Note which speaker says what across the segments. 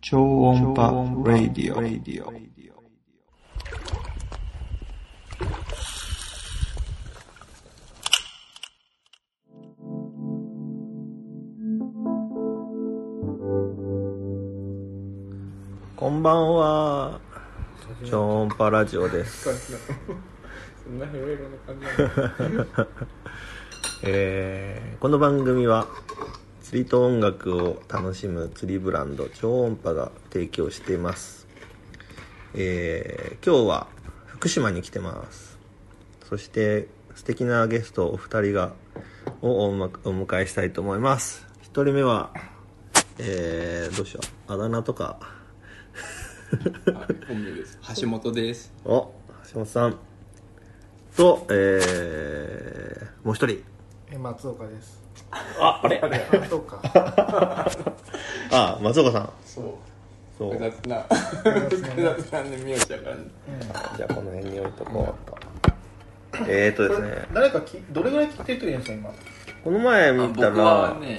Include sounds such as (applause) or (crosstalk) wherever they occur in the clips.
Speaker 1: 超音波ラディオ。
Speaker 2: こんばんは。超音波ラジオです。
Speaker 3: そんなヘロヘロの感じなの
Speaker 2: (laughs) えーこの番組は釣りと音楽を楽しむ釣りブランド超音波が提供しています。えー今日は福島に来てます。そして素敵なゲストお二人がをおまお迎えしたいと思います。一人目は、えーどうしよう。あだ名とか。
Speaker 3: 本名です橋本です
Speaker 2: お橋本さんと、えーもう一人
Speaker 4: え松岡です
Speaker 2: ああれあ
Speaker 4: 松岡
Speaker 2: 松岡さん
Speaker 3: そう
Speaker 2: そ
Speaker 3: 複
Speaker 2: う
Speaker 3: 雑な複雑なんで名字わかんない
Speaker 2: じゃあこの辺に置いとこうとえーとですね
Speaker 4: (laughs) 誰かきどれぐらい聞いてる人いるんですか今
Speaker 2: この前見
Speaker 3: 僕
Speaker 2: たら
Speaker 3: はね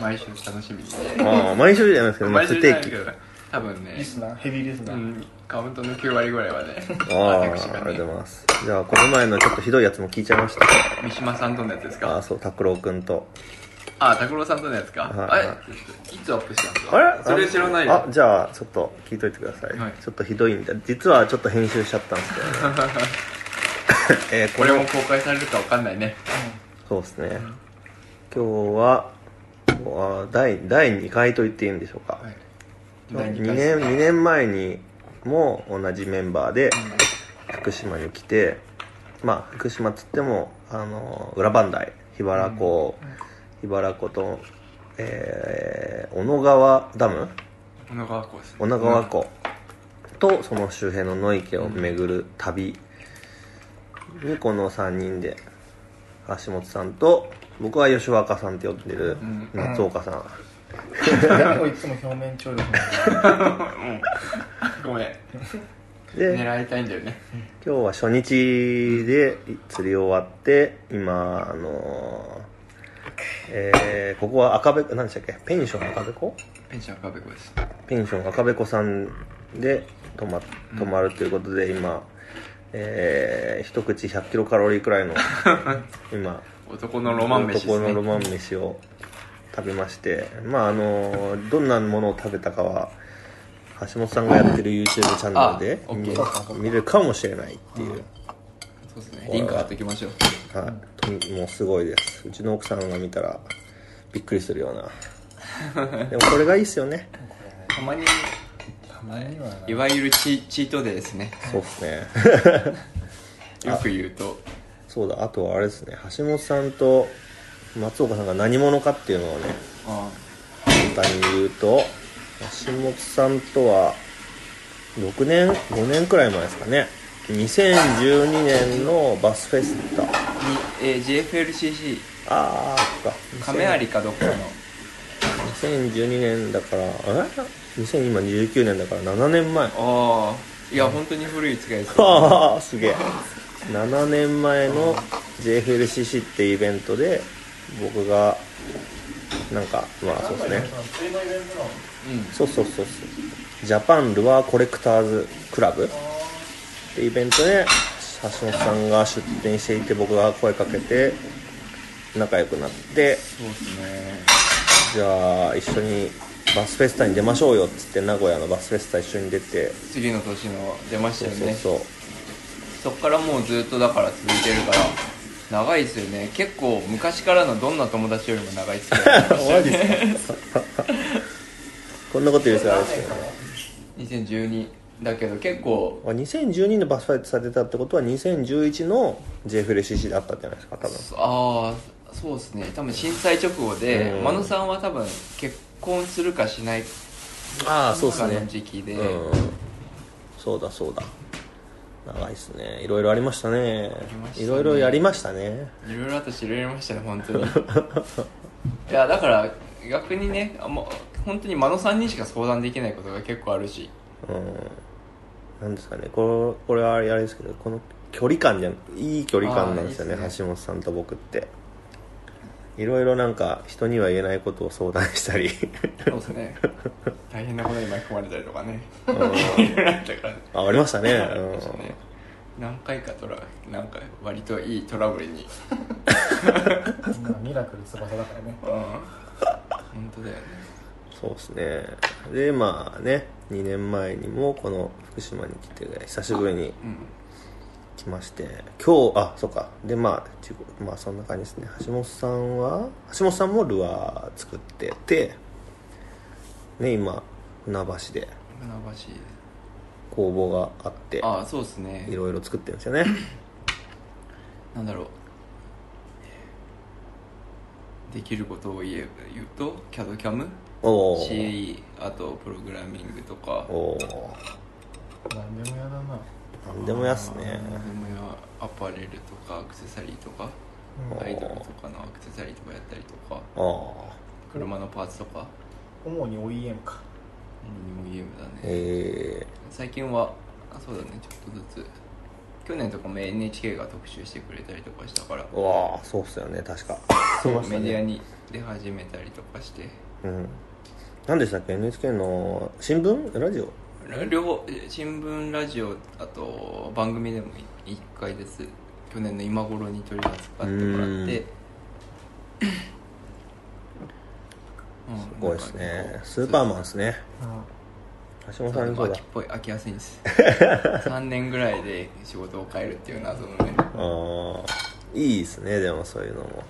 Speaker 3: 毎週楽しみにして
Speaker 2: まあ毎週じゃないですけど、まあ、
Speaker 3: 毎
Speaker 2: 不
Speaker 3: 週じゃな
Speaker 2: 定
Speaker 3: いけ
Speaker 2: 期
Speaker 3: ど多分ね
Speaker 4: リスナーヘビーリスナ
Speaker 3: う
Speaker 4: ー、
Speaker 3: んカウントの9割ぐらいは
Speaker 2: (laughs)
Speaker 3: ね
Speaker 2: ああありが
Speaker 3: 私が
Speaker 2: とうござい
Speaker 3: ね
Speaker 2: ますじゃあこの前のちょっとひどいやつも聞いちゃいました
Speaker 3: 三島さんとのやつです
Speaker 2: あ
Speaker 3: か
Speaker 2: あそう拓郎くんと
Speaker 3: あ拓郎さんとのやつか
Speaker 2: はい
Speaker 3: あ
Speaker 2: はい
Speaker 3: れいつアップしたんですか
Speaker 2: あれ
Speaker 3: それ知らない
Speaker 2: あ
Speaker 3: よ
Speaker 2: じゃあちょっと聞いといてください、
Speaker 3: はい
Speaker 2: ちょっとひどいんで実はちょっと編集しちゃったんで
Speaker 3: (laughs)
Speaker 2: すけど、ねえー
Speaker 3: こ
Speaker 2: これ
Speaker 3: れも公開されるかわかんないね
Speaker 2: そうですね。今日は、今日は第第2回と言っていいんでしょうか。
Speaker 3: はい
Speaker 2: 2
Speaker 3: 第二回
Speaker 2: 年、2年前にも同じメンバーで福島に来て、まあ、福島っつっても、あの、裏磐梯、桧原湖、桧原湖と、えー、小野川ダム
Speaker 3: 小野川湖です
Speaker 2: 女川湖とその周辺の野池を巡る旅にこの3人で橋本さんと僕は吉若さんって呼んでる
Speaker 3: ん
Speaker 2: 松岡さん、
Speaker 4: 結構いつも表面張力の
Speaker 3: (laughs) ごめん
Speaker 2: で今
Speaker 3: 狙いたいんだよね
Speaker 2: 日は初日で釣り終わって今あのーえーここは赤べこ何でしたっけペンション赤べこ
Speaker 3: ペンション赤べこです
Speaker 2: ペンション赤べこさんで泊ま泊まるということで、今、えー一口100キロカロリー
Speaker 3: (laughs)
Speaker 2: くらいの今
Speaker 3: 男のロマン飯です
Speaker 2: 男のロ
Speaker 3: ね
Speaker 2: マン飯を食べましてまああのどんなものを食べたかは橋本さんがやってる YouTube チャンネル
Speaker 3: あ
Speaker 2: で
Speaker 3: OK
Speaker 2: 見る見るかもしれないっていう、
Speaker 3: そうですねリンク貼っておきましょう
Speaker 2: はいともうすごいですうちの奥さんが見たらびっくりするよ
Speaker 3: (laughs)
Speaker 2: うなでもこれがいいっすよね
Speaker 3: たまに
Speaker 4: たまにはない
Speaker 3: わゆるチチートデーですね
Speaker 2: そうっすね
Speaker 3: よく言うと
Speaker 2: そうだあとはあれですね橋本さんと松岡さんが何者かっていうのをね
Speaker 3: あ
Speaker 2: 簡単に言うと橋本さんとは6年5年くらい前ですかね2012年のバスフェスタ
Speaker 3: に、えー、GFLCC
Speaker 2: ああそっか
Speaker 3: 亀有かどっかの
Speaker 2: 2012年だからえ2019年だから7年前 (laughs)
Speaker 3: ああいや本当に古い使いです
Speaker 2: ああすげえ7年前の JFLCC ってイベントで僕がなんかまあそうですね
Speaker 3: う
Speaker 2: そうそうそうそうジャパンルアーコレクターズクラブってイベントで橋本さんが出店していて僕が声かけて仲良くなって
Speaker 3: そうですね
Speaker 2: じゃあ一緒にバスフェスタに出ましょうよっつって名古屋のバスフェスタ一緒に出て
Speaker 3: 次の年の出まし
Speaker 2: そ
Speaker 3: た
Speaker 2: う
Speaker 3: よ
Speaker 2: そう
Speaker 3: ね
Speaker 2: そう
Speaker 3: そっからもうずっとだから続いてるから長いですよね結構昔からのどんな友達よりも長いっすよね
Speaker 2: (laughs) マ
Speaker 3: (laughs)
Speaker 2: ジですかこんなこと言う人あれですよね
Speaker 3: 2012だけど結構
Speaker 2: あ2012のバスファイトされてたってことは2011の JFLCC だったんじゃないですか多分
Speaker 3: ああそうですね多分震災直後で、
Speaker 2: うん
Speaker 3: 真野さんは多分結婚するかしない
Speaker 2: ああ
Speaker 3: かの時期で
Speaker 2: うんそうだそうだ長いっすねいろいろありましたね
Speaker 3: ましたね
Speaker 2: いろいろやりましたね
Speaker 3: いろいろあったしいろいろやりましたね本当に (laughs) いやだから逆にねあもう本当に真野さんにしか相談できないことが結構あるし
Speaker 2: うんなんですかねこれこれはあれですけどこの距離感じゃいい距離感なんですよね
Speaker 3: あーいいっすね
Speaker 2: 橋本さんと僕っていろいろなんか人には言えないことを相談した (laughs) り
Speaker 3: そうです
Speaker 2: (laughs)
Speaker 3: ね大変なことに巻き込まれたりとかね
Speaker 2: うん
Speaker 3: いろいろあったからね
Speaker 2: あありましたね
Speaker 3: ありました
Speaker 2: うん
Speaker 3: ね何回かトラなんか割といいトラブルに
Speaker 4: まあミラクル翼だからね
Speaker 3: うん本当だよね
Speaker 2: そうですねでまあね2年前にもこの福島に来て久しぶり
Speaker 3: う
Speaker 2: に
Speaker 3: ん
Speaker 2: 来まして今日あそうかでまあちまあそんな感じですね橋本さんは橋本さんもルアー作っててね今船橋で
Speaker 3: 船
Speaker 2: 工房があって
Speaker 3: 橋ああそうですね
Speaker 2: いろいろ作ってるんで
Speaker 3: (laughs)
Speaker 2: すよね
Speaker 3: なんだろうできることを言え言うと CADCAM
Speaker 2: おお
Speaker 3: CAE あとプログラミングとか
Speaker 2: おお
Speaker 4: 何でもやだな
Speaker 2: 何でもやっすね
Speaker 3: 何でもやアパレルとかアクセサリーとか
Speaker 2: おー
Speaker 3: アイドルとかのアクセサリーとかやったりとか
Speaker 2: ああ
Speaker 3: 車のパーツとか
Speaker 4: 主に OEM か
Speaker 3: 何にもゲームだね
Speaker 2: え
Speaker 3: 最近はあそうだねちょっとずつ去年とかも NHK が特集してくれたりとかしたから
Speaker 2: ー、うわあそうっすよね確か
Speaker 3: そうメディアに出始めたりとかして
Speaker 2: うん何でしたっけ NHK の新聞ラジオ
Speaker 3: 両方え新聞ラジオあと番組でも1回ずつ去年の今頃に取り扱ってもらってうん
Speaker 2: すごいです
Speaker 3: なんか
Speaker 2: ね
Speaker 3: こう
Speaker 2: スーパーマンですね
Speaker 4: あ
Speaker 2: 橋本
Speaker 3: そ
Speaker 2: さん
Speaker 3: う
Speaker 2: そ
Speaker 3: そう
Speaker 2: うだ
Speaker 3: 秋っぽい秋やすいんです
Speaker 2: (laughs)
Speaker 3: 3年ぐらいで仕事を変えるっていう謎のね
Speaker 2: ああいいですねでもそういうのも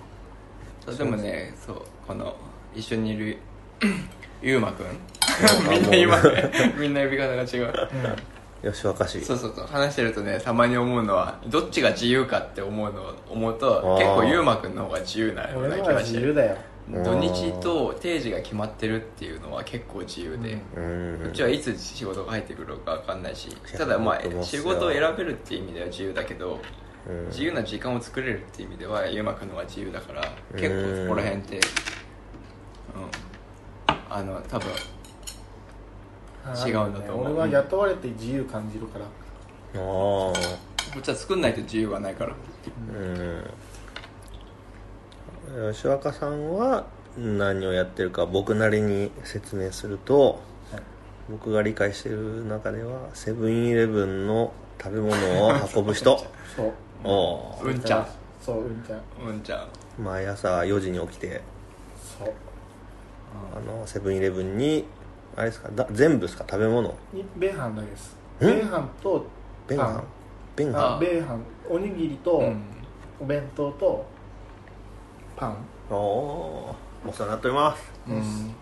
Speaker 3: そうでもねそうこの一緒にいるゆうま
Speaker 2: (laughs)
Speaker 3: くん (laughs) みんな今ねみんな呼び方が違う
Speaker 2: 吉若市
Speaker 3: そうそうそう話してるとねたまに思うのはどっちが自由かって思うのを思うと
Speaker 2: ー
Speaker 3: 結構ゆうまくんの方が自由な
Speaker 4: あ
Speaker 3: ような
Speaker 4: 俺
Speaker 3: 気
Speaker 4: のは
Speaker 3: がし
Speaker 4: 自
Speaker 3: て
Speaker 4: 由
Speaker 3: る
Speaker 4: だよ
Speaker 3: 土日と定時が決まってるっていうのは結構自由で、
Speaker 2: う
Speaker 3: うんちはいつ仕事が入ってくるか分かんないし
Speaker 2: や
Speaker 3: ただま
Speaker 2: 本当で
Speaker 3: あ
Speaker 2: す
Speaker 3: 仕
Speaker 2: よ
Speaker 3: 事を選べるっていう意味では自由だけど
Speaker 2: うん
Speaker 3: 自由な時間を作れるっていう意味ではゆうまくんの方が自由だから
Speaker 2: うん
Speaker 3: 結構そこら辺ってうんあの多分違うんだと思う
Speaker 4: 俺は雇われて自由感じるから
Speaker 2: ああ
Speaker 3: こっちは作んないと自由がないから
Speaker 2: うん吉若さんは何をやってるか僕なりに説明すると、
Speaker 4: はい
Speaker 2: 僕が理解してる中ではセブンイレブンの食べ物を運
Speaker 3: (laughs)
Speaker 2: ぶ人
Speaker 4: そう
Speaker 2: おう
Speaker 3: うんちゃん
Speaker 4: そううんちゃん
Speaker 3: うんちゃん
Speaker 2: 毎朝4時に起きて
Speaker 4: そう
Speaker 2: あのセブンイレブンにあれですかだ全部ですか食べ物
Speaker 4: に米飯だけです
Speaker 2: え
Speaker 4: 米飯と
Speaker 2: 弁
Speaker 4: パ
Speaker 2: 飯
Speaker 4: ン
Speaker 2: 弁
Speaker 3: あ
Speaker 2: 飯
Speaker 4: あ米飯おにぎりと
Speaker 3: うん
Speaker 4: お弁当とパン
Speaker 2: おおーお世話になっております
Speaker 3: うん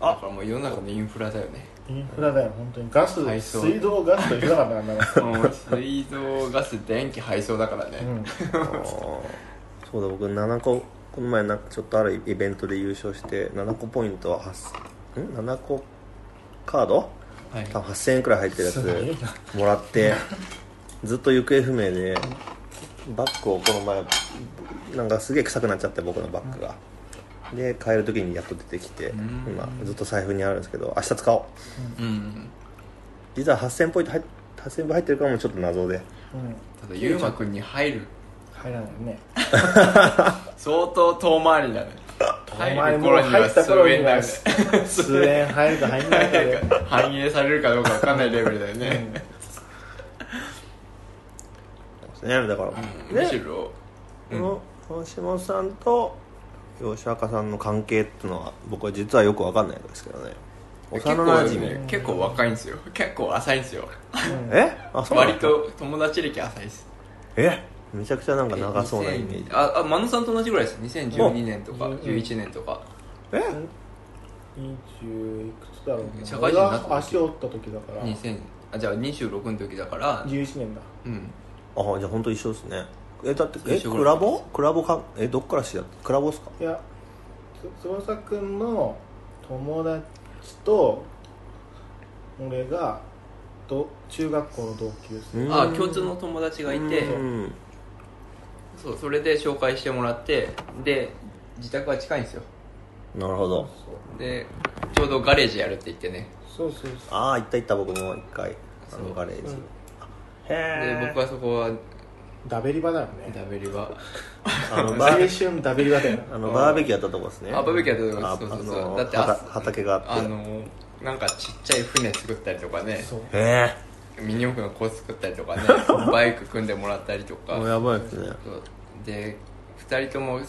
Speaker 2: あ
Speaker 3: だからもう世の中のインフラだよね
Speaker 4: インフラだよ本当にガス
Speaker 3: 配送
Speaker 4: 水道ガスと一緒だからね
Speaker 3: もう水道ガス電気配送だから (laughs) ね、
Speaker 4: うん
Speaker 2: あー (laughs) そうだ僕7個この前なんかちょっとあるイベントで優勝して7個ポイントは8ん7個カード
Speaker 3: はい
Speaker 2: 多分8000円くらい入ってるや
Speaker 4: すごいな
Speaker 2: つもらってずっと行方不明でバッグをこの前なんかすげえ臭くなっちゃって僕のバッグがで帰る時にやっと出てきて
Speaker 3: ん
Speaker 2: 今ずっと財布にあるんですけど明日使おう
Speaker 3: うん
Speaker 2: 実は8000ポイント入っ8000分入ってるからもちょっと謎で
Speaker 4: うん
Speaker 3: ただゆうまくんに入る
Speaker 4: 入らないね
Speaker 3: 相当遠回りだね
Speaker 4: お
Speaker 3: 入
Speaker 4: 前
Speaker 3: る
Speaker 4: もう
Speaker 3: 頃に
Speaker 4: 入
Speaker 3: は
Speaker 4: った
Speaker 3: 数
Speaker 4: 頃
Speaker 3: 円
Speaker 4: に
Speaker 3: だ
Speaker 4: は
Speaker 3: ね
Speaker 4: 数円入るか入んない
Speaker 3: (laughs)
Speaker 4: かで
Speaker 3: 反映されるかどうか分かんないレベルだよね、
Speaker 2: ねだから、
Speaker 3: うんむしろ
Speaker 2: この橋本さんと吉若さんの関係っていうのは僕は実はよくわかんないんですけどね
Speaker 3: 結構
Speaker 2: 幼なじみ
Speaker 3: ね結構若いんですよ結構浅いんですよ
Speaker 2: えあそうなの
Speaker 3: 割と友達歴浅いです
Speaker 2: えめちゃくちゃなんか長そうな
Speaker 3: え
Speaker 2: イメージ
Speaker 3: 2000ああ真野さんと同じぐらいです2012年とか
Speaker 4: うん
Speaker 3: 11年とか
Speaker 2: え
Speaker 4: 20いくつだろうね
Speaker 3: 社会人になった時
Speaker 4: 俺が足折った時だから
Speaker 3: 2000あじゃあ26の時だから
Speaker 4: 11年だ
Speaker 3: うん
Speaker 2: あじゃあ本当一緒ですねえだってえ
Speaker 3: 一緒
Speaker 2: ク
Speaker 3: ぐら
Speaker 2: ラ
Speaker 3: い
Speaker 2: ボクラボかえどっから知り合ったクラボっすか
Speaker 4: いやつ翼くんの友達と俺がど中学校の同級生
Speaker 2: うん
Speaker 3: あ共通の友達がいて
Speaker 2: うん
Speaker 3: そうそれで紹介してもらってで自宅は近いんですよ
Speaker 2: なるほど
Speaker 3: でちょうどガレージやるって言ってね
Speaker 4: そうそうそう
Speaker 2: ああ行った行った僕も一回あ
Speaker 3: そ
Speaker 2: の
Speaker 3: う
Speaker 2: ガレージ
Speaker 4: うん
Speaker 2: へ
Speaker 3: で
Speaker 2: え
Speaker 3: 僕はそこは
Speaker 4: ダベリバだよね
Speaker 3: ダベリは
Speaker 2: あの
Speaker 4: 青
Speaker 2: バ
Speaker 3: (laughs)
Speaker 2: ー
Speaker 4: 春ダベリバだよ
Speaker 2: あのバーベキューやったとこですね
Speaker 3: あバーベキューやったとこです
Speaker 2: あ
Speaker 3: そうそうそう
Speaker 2: あの
Speaker 3: だって
Speaker 2: はた
Speaker 3: 朝
Speaker 2: 畑があ
Speaker 3: あ
Speaker 2: って
Speaker 3: のなんかちっちゃい船作ったりとかね
Speaker 4: そう
Speaker 2: え
Speaker 3: ミニオフの子作ったりとか
Speaker 2: (laughs)
Speaker 3: ねバイク組んでもらったりと
Speaker 2: えもう
Speaker 3: か
Speaker 2: やばいですね
Speaker 3: そうで2人とも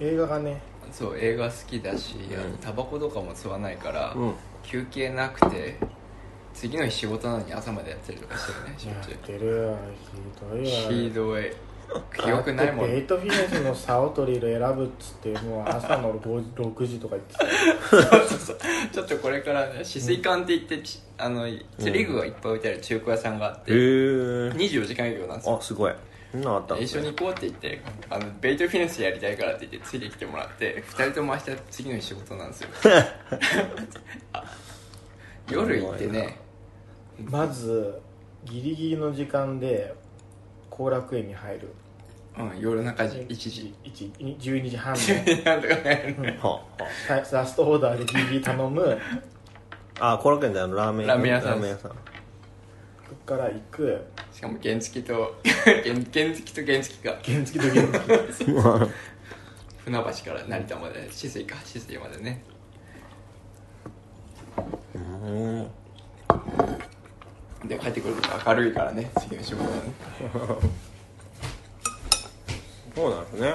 Speaker 4: 映画がね
Speaker 3: そう映画好きだしあとタバコとかも吸わないから、
Speaker 2: うん
Speaker 3: 休憩なくて次の日仕事なのに朝までやったりとかしてねしょ
Speaker 4: や
Speaker 3: っ
Speaker 4: っ
Speaker 3: ちゅう
Speaker 4: てるわひどいわ
Speaker 3: ひどい記憶ないもん
Speaker 4: だってデートフィニッシュのサオトリル選ぶっつってもう朝の5 6時とか言ってた
Speaker 3: ちょっとこれからね止水館って言ってちあの釣り具がいっぱい置いてある中古屋さんがあって、
Speaker 2: へえ
Speaker 3: 24時間営業なんですよ
Speaker 2: あすごいそんなのあったんです
Speaker 3: 一緒
Speaker 2: ね
Speaker 3: に行こうって言ってあのベイトフィネスやりたいからって言ってついてきてもらって2人とも明日次の日仕事なんですよあ夜行ってね
Speaker 4: まずギリギリの時間で後楽園に入る
Speaker 3: うん夜中時1時
Speaker 4: 1 12時半の
Speaker 3: なんとかね
Speaker 2: はあは
Speaker 4: ラ (laughs) ラストオーダーでギリギリ頼む
Speaker 2: ああコラケンであのラーメン
Speaker 3: ラーメン屋さん
Speaker 2: ラーメン屋さん
Speaker 4: そっから行く
Speaker 3: しかも原付と原原付と原付が
Speaker 4: 原付と原付
Speaker 3: 船橋から成田まで止水か止水までね
Speaker 2: うん
Speaker 3: で帰ってくると明るいからね次の仕事はね
Speaker 2: そうなんですね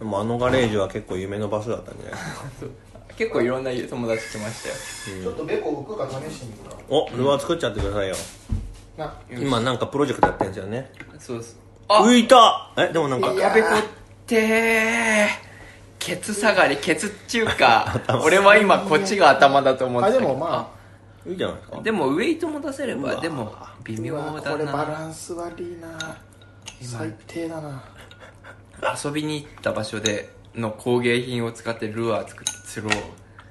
Speaker 2: でもあのガレージは結構夢の場所だったんじ
Speaker 3: (laughs)
Speaker 2: ゃないですか
Speaker 3: そう結構いろんな友達来ましたよ
Speaker 4: ちょっとベコ浮くか試してみるか
Speaker 2: おルアー作っちゃってくださいよ
Speaker 4: な
Speaker 2: 今なんかプロジェクトやってんですよね
Speaker 3: そうっすあ
Speaker 2: 浮いたえでもなんか
Speaker 3: やべこってケツ下がりケツっちゅう
Speaker 4: (laughs)
Speaker 3: か俺は今こっちが頭だと思って
Speaker 4: あ
Speaker 3: た
Speaker 4: で
Speaker 3: けど
Speaker 4: もまあ
Speaker 2: いいじゃないですか
Speaker 3: あでもウエイトも出せればでも微
Speaker 4: う
Speaker 3: 妙
Speaker 4: わ
Speaker 3: だ
Speaker 4: これバラ
Speaker 3: な
Speaker 4: ンス悪いな最低だな
Speaker 3: 遊びに行った場所での工芸品を使ってルアー作って釣ろ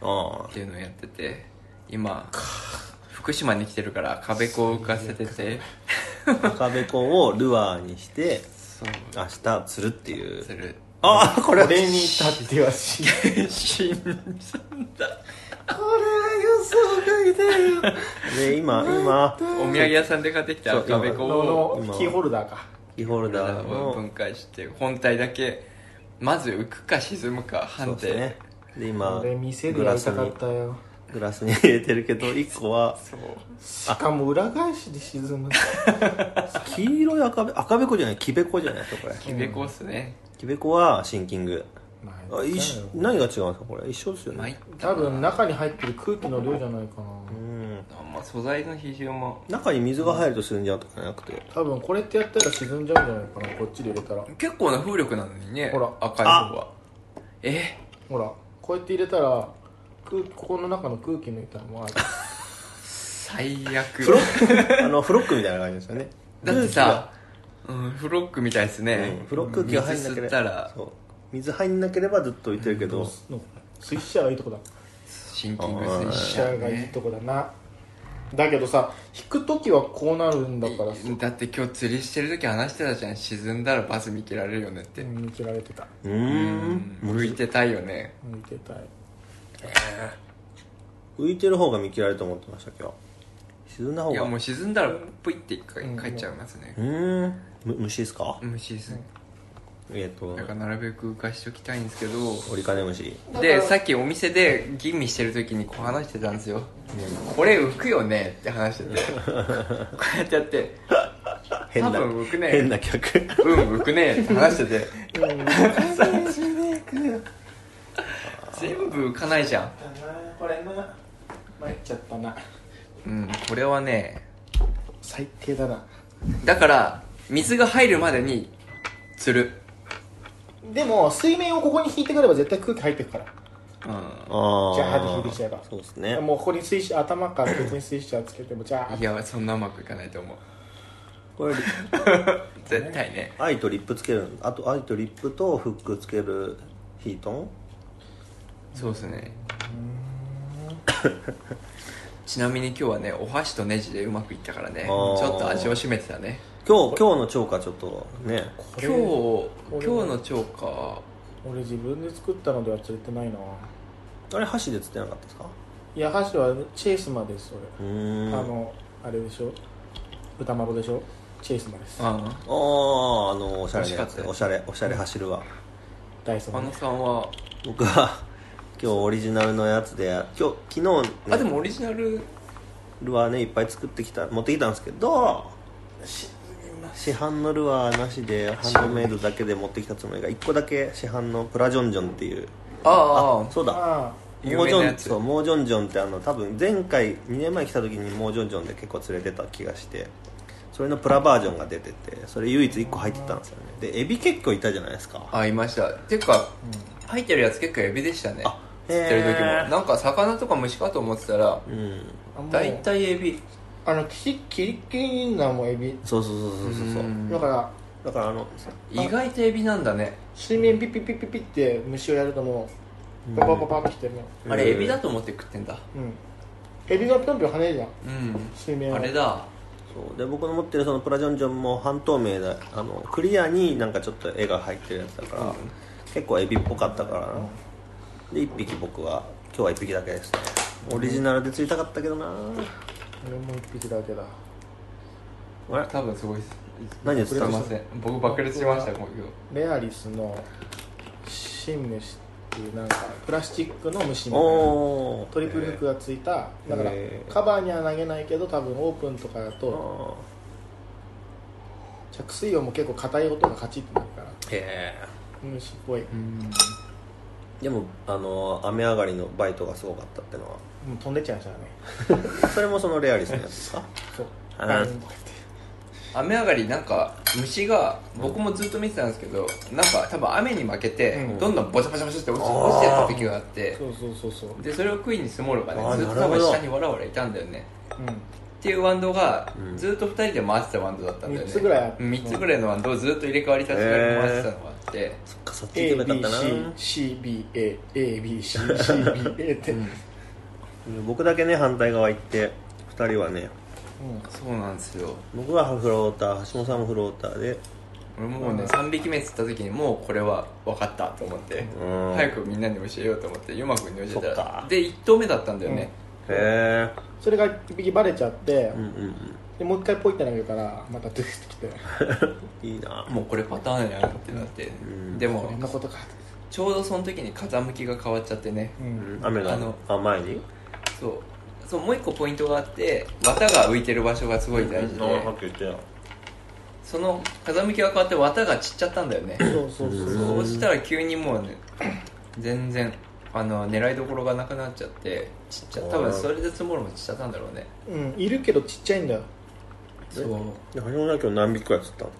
Speaker 3: う
Speaker 2: あ
Speaker 3: っていうのをやってて今福島に来てるから壁子を浮かせてて
Speaker 2: あ赤べこをルアーにして
Speaker 3: そう
Speaker 2: 明日釣るっていう
Speaker 3: する
Speaker 2: ああこれ
Speaker 4: これに至ってはし
Speaker 3: (laughs) 死んだ
Speaker 2: で今
Speaker 3: お
Speaker 2: 今
Speaker 3: 土産屋さんで買ってきた
Speaker 2: そう今
Speaker 3: 赤べこ
Speaker 4: の
Speaker 3: を
Speaker 4: のキーホルダーか
Speaker 2: キーホルダー
Speaker 3: を分
Speaker 2: の
Speaker 3: 解して本体だけまず浮くか沈むか
Speaker 2: そう
Speaker 3: 判
Speaker 2: ですね
Speaker 3: 定
Speaker 2: で今
Speaker 4: これ店で
Speaker 2: グ
Speaker 4: や
Speaker 2: ラ
Speaker 4: り
Speaker 2: ス
Speaker 4: たかっ
Speaker 2: に
Speaker 4: たよ
Speaker 2: グラスに入れてるけど1個は
Speaker 3: そう,、
Speaker 4: しかも裏返しで沈む
Speaker 2: 黄色い赤べ赤べこじゃない木べこじゃないですかこれ
Speaker 3: キベコっすね
Speaker 2: 木べこはシンキング
Speaker 4: ま
Speaker 2: あ
Speaker 4: あ
Speaker 2: 一緒何が違うんですかこれ一緒ですよ
Speaker 3: まあいっ
Speaker 2: ね
Speaker 4: 多分中に入ってる空気の量じゃないかな
Speaker 2: うん
Speaker 3: まあ、素材の比重も
Speaker 2: 中に水が入ると沈んじゃうとかじゃなくて
Speaker 4: 多分これってやったら沈んじゃうんじゃないかなこっちで入れたら
Speaker 3: 結構な風力なのにね
Speaker 4: ほら
Speaker 3: 赤い方はえ
Speaker 4: ほらこうやって入れたら空ここの中の空気抜いたらもうある
Speaker 3: 最悪
Speaker 2: フロック (laughs) あのフロックみたいな感じですよね
Speaker 3: だってさ、うん、フロックみたいです
Speaker 2: 空気が
Speaker 3: ね
Speaker 2: う、んフロック空気が入ん
Speaker 3: 水
Speaker 2: なけ
Speaker 3: 吸
Speaker 2: れ
Speaker 3: った
Speaker 2: ば
Speaker 3: ら
Speaker 2: そう水入んなければずっと浮いてるけど
Speaker 4: スイッシャーがいいとこだ
Speaker 3: シンキング水
Speaker 4: スイッシ
Speaker 3: 車
Speaker 4: ャーがいいとこだなだけどさ引く時はこうなるんだからさ
Speaker 3: だって今日釣りしてる時話してたじゃん沈んだらバス見切られるよねって、
Speaker 4: 見切られてた
Speaker 3: う
Speaker 2: うーん
Speaker 3: ん向いてたいよね
Speaker 4: 向いてたい
Speaker 2: 浮いてる方が見切られると思ってました今日沈んだ方
Speaker 3: いやも
Speaker 2: が
Speaker 3: う沈んだらポイって一回
Speaker 4: うん
Speaker 3: 帰っちゃいますね
Speaker 2: う、ーんむ虫ですか
Speaker 3: 虫ですね
Speaker 2: えっと
Speaker 3: だからなるべく浮かしておきたいんですけど
Speaker 2: オリカネムシ
Speaker 3: でさっきお店で吟味してる時にこう話してたんですよ、これ浮くよねって話し
Speaker 2: (laughs)
Speaker 3: ててこうやってやって
Speaker 2: 変な
Speaker 3: 多分浮くね
Speaker 2: 変な客
Speaker 3: うん浮くねって話して
Speaker 2: (laughs)
Speaker 3: て全部浮かないじゃん
Speaker 4: これな参っちゃったな
Speaker 3: うんこれはね
Speaker 4: 最低だな
Speaker 3: だから水が入るまでに釣る
Speaker 4: でも水面をここに引いてくれば絶対空気入ってくから
Speaker 3: うん
Speaker 2: ああ
Speaker 4: ジャーで引いてきちゃえば
Speaker 2: そうですね
Speaker 4: もうここにスイッシャー頭から別にスイッシャーつけてもじゃあ
Speaker 3: いやそんなうまくいかないと思う
Speaker 2: これ
Speaker 3: 絶対ね
Speaker 2: 愛とリップつけるあと愛とリップとフックつけるヒートン
Speaker 3: そうですねちなみに今日はねお箸とネジでうまくいったからねち
Speaker 2: あー
Speaker 3: ょっと味を占めてたね
Speaker 2: 今日今日の超過ちょっとね
Speaker 4: これ
Speaker 3: 今日
Speaker 4: これ
Speaker 3: 今日の釣果
Speaker 4: 俺自分で作ったのでは釣れてないな
Speaker 2: あれ箸で釣ってなかったですか
Speaker 4: いや箸はチェイスまでです
Speaker 2: う
Speaker 4: 俺、
Speaker 2: ーん
Speaker 4: あのあれでしょ歌丸でしょチェイスマです
Speaker 3: あ
Speaker 2: あああのおしゃれな
Speaker 3: 美味
Speaker 2: や
Speaker 3: しか
Speaker 2: つ
Speaker 3: った
Speaker 2: おしゃれおしゃれ走るわ
Speaker 4: ダイソ
Speaker 3: あ
Speaker 4: ン
Speaker 3: のさんは
Speaker 2: 僕は今日オリジナルのやつで今日昨日、ね、
Speaker 3: あでもオリジナル
Speaker 2: ルアーねいっぱい作ってきた持ってきたんですけどし市販のルアーなしでハンドメイドだけで持ってきたつもりが1個だけ市販のプラジョンジョンっていう
Speaker 3: ああ
Speaker 2: そうだ
Speaker 4: あ
Speaker 3: 有
Speaker 2: モー
Speaker 3: 名
Speaker 2: ジ
Speaker 3: な
Speaker 2: ョ
Speaker 3: や
Speaker 2: ン
Speaker 3: つ
Speaker 2: そうモージョンジョンってあの多分前回2年前来た時にモージョンジョンで結構連れてた気がしてそれのプラバージョンが出ててそれ唯一1個入ってたんですよねでエビ結構いたじゃないですか
Speaker 3: あいましたていうか、入ってるやつ結構エビでしたね
Speaker 2: あ
Speaker 3: 釣ってる時も
Speaker 2: へー
Speaker 3: なんか魚とか虫かと思ってたら
Speaker 2: うん
Speaker 4: あもう
Speaker 3: 大体エビ
Speaker 4: あのキリキリキリンなもエビ
Speaker 2: そうそうそうそうそうそう
Speaker 3: うん
Speaker 4: だから
Speaker 2: だからあの
Speaker 3: 意外とエビなんだね
Speaker 4: 水面ピッピッピッピッピッって虫をやるともうパパパパってきても
Speaker 2: うん
Speaker 3: あれエビだと思って食ってんだ
Speaker 4: ううんエビがぴょんぴょん跳ねるじゃん
Speaker 3: うん
Speaker 4: 水面を
Speaker 3: あれだ
Speaker 2: そうで僕の持ってるそのプラジョンジョンも半透明であのクリアになんかちょっと絵が入ってるやつだから、結構エビっぽかったからな、で1匹僕は今日は1匹だけですねオリジナルで釣りたかったけどな、
Speaker 4: 俺も一匹だけだ
Speaker 2: あれ
Speaker 3: 多分すごいっす
Speaker 2: 何です
Speaker 3: すい
Speaker 2: か
Speaker 3: ません僕爆裂しました今日
Speaker 4: レアリスの新虫っていうなんかプラスチックの虫みたいな
Speaker 2: おお
Speaker 4: トリプルフックがついただから
Speaker 2: えー
Speaker 4: カバーには投げないけど多分オープンとかだと着水音も結構硬い音がカチッとなるから
Speaker 2: へえ
Speaker 4: 虫っぽいも
Speaker 3: うん
Speaker 2: でもあの雨上がりのバイトがすごかったってのは
Speaker 4: う飛んでっちゃいましたね
Speaker 2: それもそのレアリスのやつで
Speaker 4: (laughs)
Speaker 2: すか
Speaker 4: そう
Speaker 2: あー
Speaker 4: バインって
Speaker 3: 雨上がりなんか虫が僕もずっと見てたんですけどなんか多分雨に負けて
Speaker 4: うん
Speaker 3: どんどんボチャボチャボチャって落ち落ちてった時があって
Speaker 4: そうそうそうそう
Speaker 3: でそれを食いにスモールが
Speaker 2: あ
Speaker 3: ね
Speaker 2: ー
Speaker 3: ずっと
Speaker 2: な
Speaker 3: 多
Speaker 2: る
Speaker 3: 分
Speaker 2: ほど
Speaker 3: 下にわらわらいたんだよね
Speaker 4: う
Speaker 3: っていうワンドが
Speaker 2: うん
Speaker 3: ずっと2人で回ってたワンドだったんだよね
Speaker 4: 三つぐらいあった
Speaker 3: 3つぐらいのワンドをずっと入れ替わり立ち替わり回ってたのがあって
Speaker 2: そっかそっち行けばよかったな
Speaker 4: ABCCBAABCCBA って、うん
Speaker 2: 僕だけね反対側行って2人はね
Speaker 3: そうなんですよ
Speaker 2: 僕はフローター橋本さんもフローターで
Speaker 3: 俺もうね3匹目釣った時にもうこれは分かったと思って
Speaker 2: うん
Speaker 3: 早くみんなに教えようと思ってユマ君に教え
Speaker 2: そ
Speaker 3: た
Speaker 2: っから
Speaker 3: で1投目だったんだよね
Speaker 2: へえ
Speaker 4: それが一匹バレちゃって、
Speaker 2: うんうん
Speaker 4: でもう一回ポイって投げるからまたドゥーってきて
Speaker 2: うんいいな
Speaker 3: もうこれパターンやなってなって
Speaker 2: ん
Speaker 3: で
Speaker 4: こ
Speaker 3: も
Speaker 4: んなことかって
Speaker 3: ちょうどその時に風向きが変わっちゃってね
Speaker 4: う
Speaker 2: うん
Speaker 4: ん
Speaker 2: 雨が
Speaker 3: あの
Speaker 2: あ前に
Speaker 3: そうそうもう一個ポイントがあって綿が浮いてる場所がすごい大事で
Speaker 2: うんさっき言ったよ
Speaker 3: その風向きが変わって綿が散っちゃったんだよね
Speaker 4: そうそうそうそう
Speaker 3: そうしたら急にもうね全然あの狙いどころがなくなっちゃってちっちゃ多分それで積もるもちっちゃったんだろうね
Speaker 4: うんいるけどちっちゃいんだよ
Speaker 3: そう
Speaker 2: 橋本さん今日何匹くらい釣ったの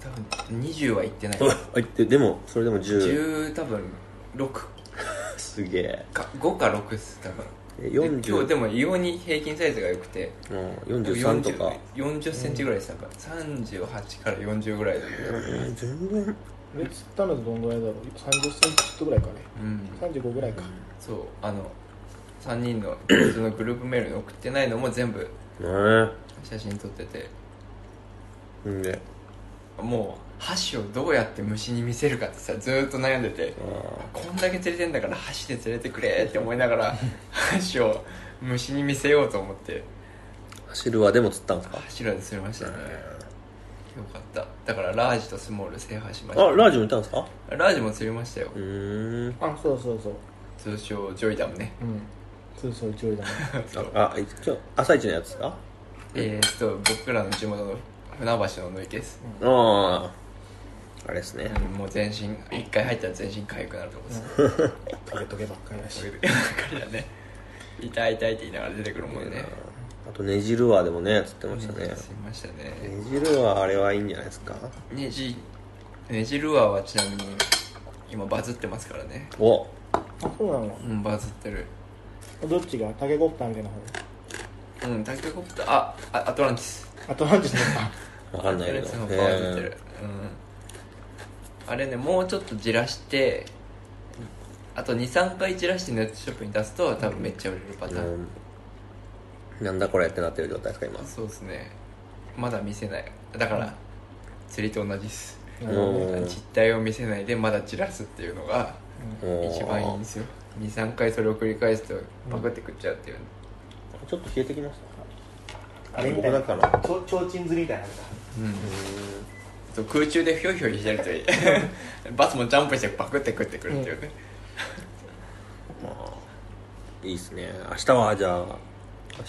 Speaker 3: 多分20はいってない
Speaker 2: かあ言ってでもそれでも10
Speaker 3: 10多分6
Speaker 2: すげえ
Speaker 3: か5か6っす多分で
Speaker 2: え
Speaker 3: 今日で
Speaker 2: 40
Speaker 3: も異様に平均サイズが良くて
Speaker 2: うん43とか
Speaker 3: 4 0ンチぐらいでしたから、38から40ぐらいだけど、
Speaker 2: えー全然
Speaker 4: 俺釣ったのどんぐらいだろう3 0ンチちょっとぐらいかね
Speaker 3: うん、
Speaker 4: 35ぐらいか
Speaker 3: そうあの3人のそのグループメールに送ってないのも全部
Speaker 2: ね
Speaker 3: 写真撮ってて
Speaker 2: えんで
Speaker 3: もう箸をどうやって虫に見せるかってさずーっと悩んでて
Speaker 2: ああ
Speaker 3: こんだけ釣れてんだから箸で釣れてくれって思いながら箸を虫に見せようと思って
Speaker 2: 走るわでも釣ったんですか
Speaker 3: 柱で釣れましたねよかっただからラージとスモール制覇しま
Speaker 2: あ
Speaker 3: した
Speaker 2: ラージもいたんですか
Speaker 3: ラージも釣りましたよ
Speaker 2: うーん
Speaker 4: あそうそうそう
Speaker 3: 通称ジョイダムね
Speaker 4: うんそうそう一応だね
Speaker 2: あい今日朝一のやつですか
Speaker 3: えー、っと僕らの地元の船橋の野池です、
Speaker 2: あああれですね
Speaker 3: うんもう全身一回入ったら全身痒くなるとこです、
Speaker 4: トゲトゲばっかりだし
Speaker 3: (laughs) そういうばっかりだね痛い痛いって言いながら出てくるもんね
Speaker 2: あとネジルアーでもね釣ってましたね
Speaker 3: すいましたね
Speaker 2: ネジルアーあれはいいんじゃないですか
Speaker 3: ネジネジルアーはちなみに今バズってますからね
Speaker 2: お
Speaker 4: あそうなの
Speaker 3: うんバズってる
Speaker 4: どっちがタケコプターみたいな方
Speaker 3: うんタケコプターああアトランティス
Speaker 4: あと何時ですか
Speaker 2: わかんないけど
Speaker 3: アトランティスの方がバズってる
Speaker 2: え、
Speaker 3: うん、あれねもうちょっとじらしてあと23回じらしてネットショップに出すと多分めっちゃ売れるパタ
Speaker 2: ー
Speaker 3: ーン、
Speaker 2: うんなんだこれってなってる状態ですか今
Speaker 3: そうですねまだ見せないだから、釣りと同じです、
Speaker 4: う
Speaker 2: う
Speaker 4: ん
Speaker 2: ん
Speaker 3: 実態を見せないでまだ散らすっていうのが
Speaker 2: おー
Speaker 3: 一番いいんですよ23回それを繰り返すとパクって食っちゃうっていう、
Speaker 2: ちょっと冷えてきまし
Speaker 4: あれみたいなちょちょうちん釣りみたいなのあるから
Speaker 3: そう空中でひょいひょいして (laughs) るとバスもジャンプしてバクって食ってくるっていうね、
Speaker 2: いいっすね明日はじゃあ明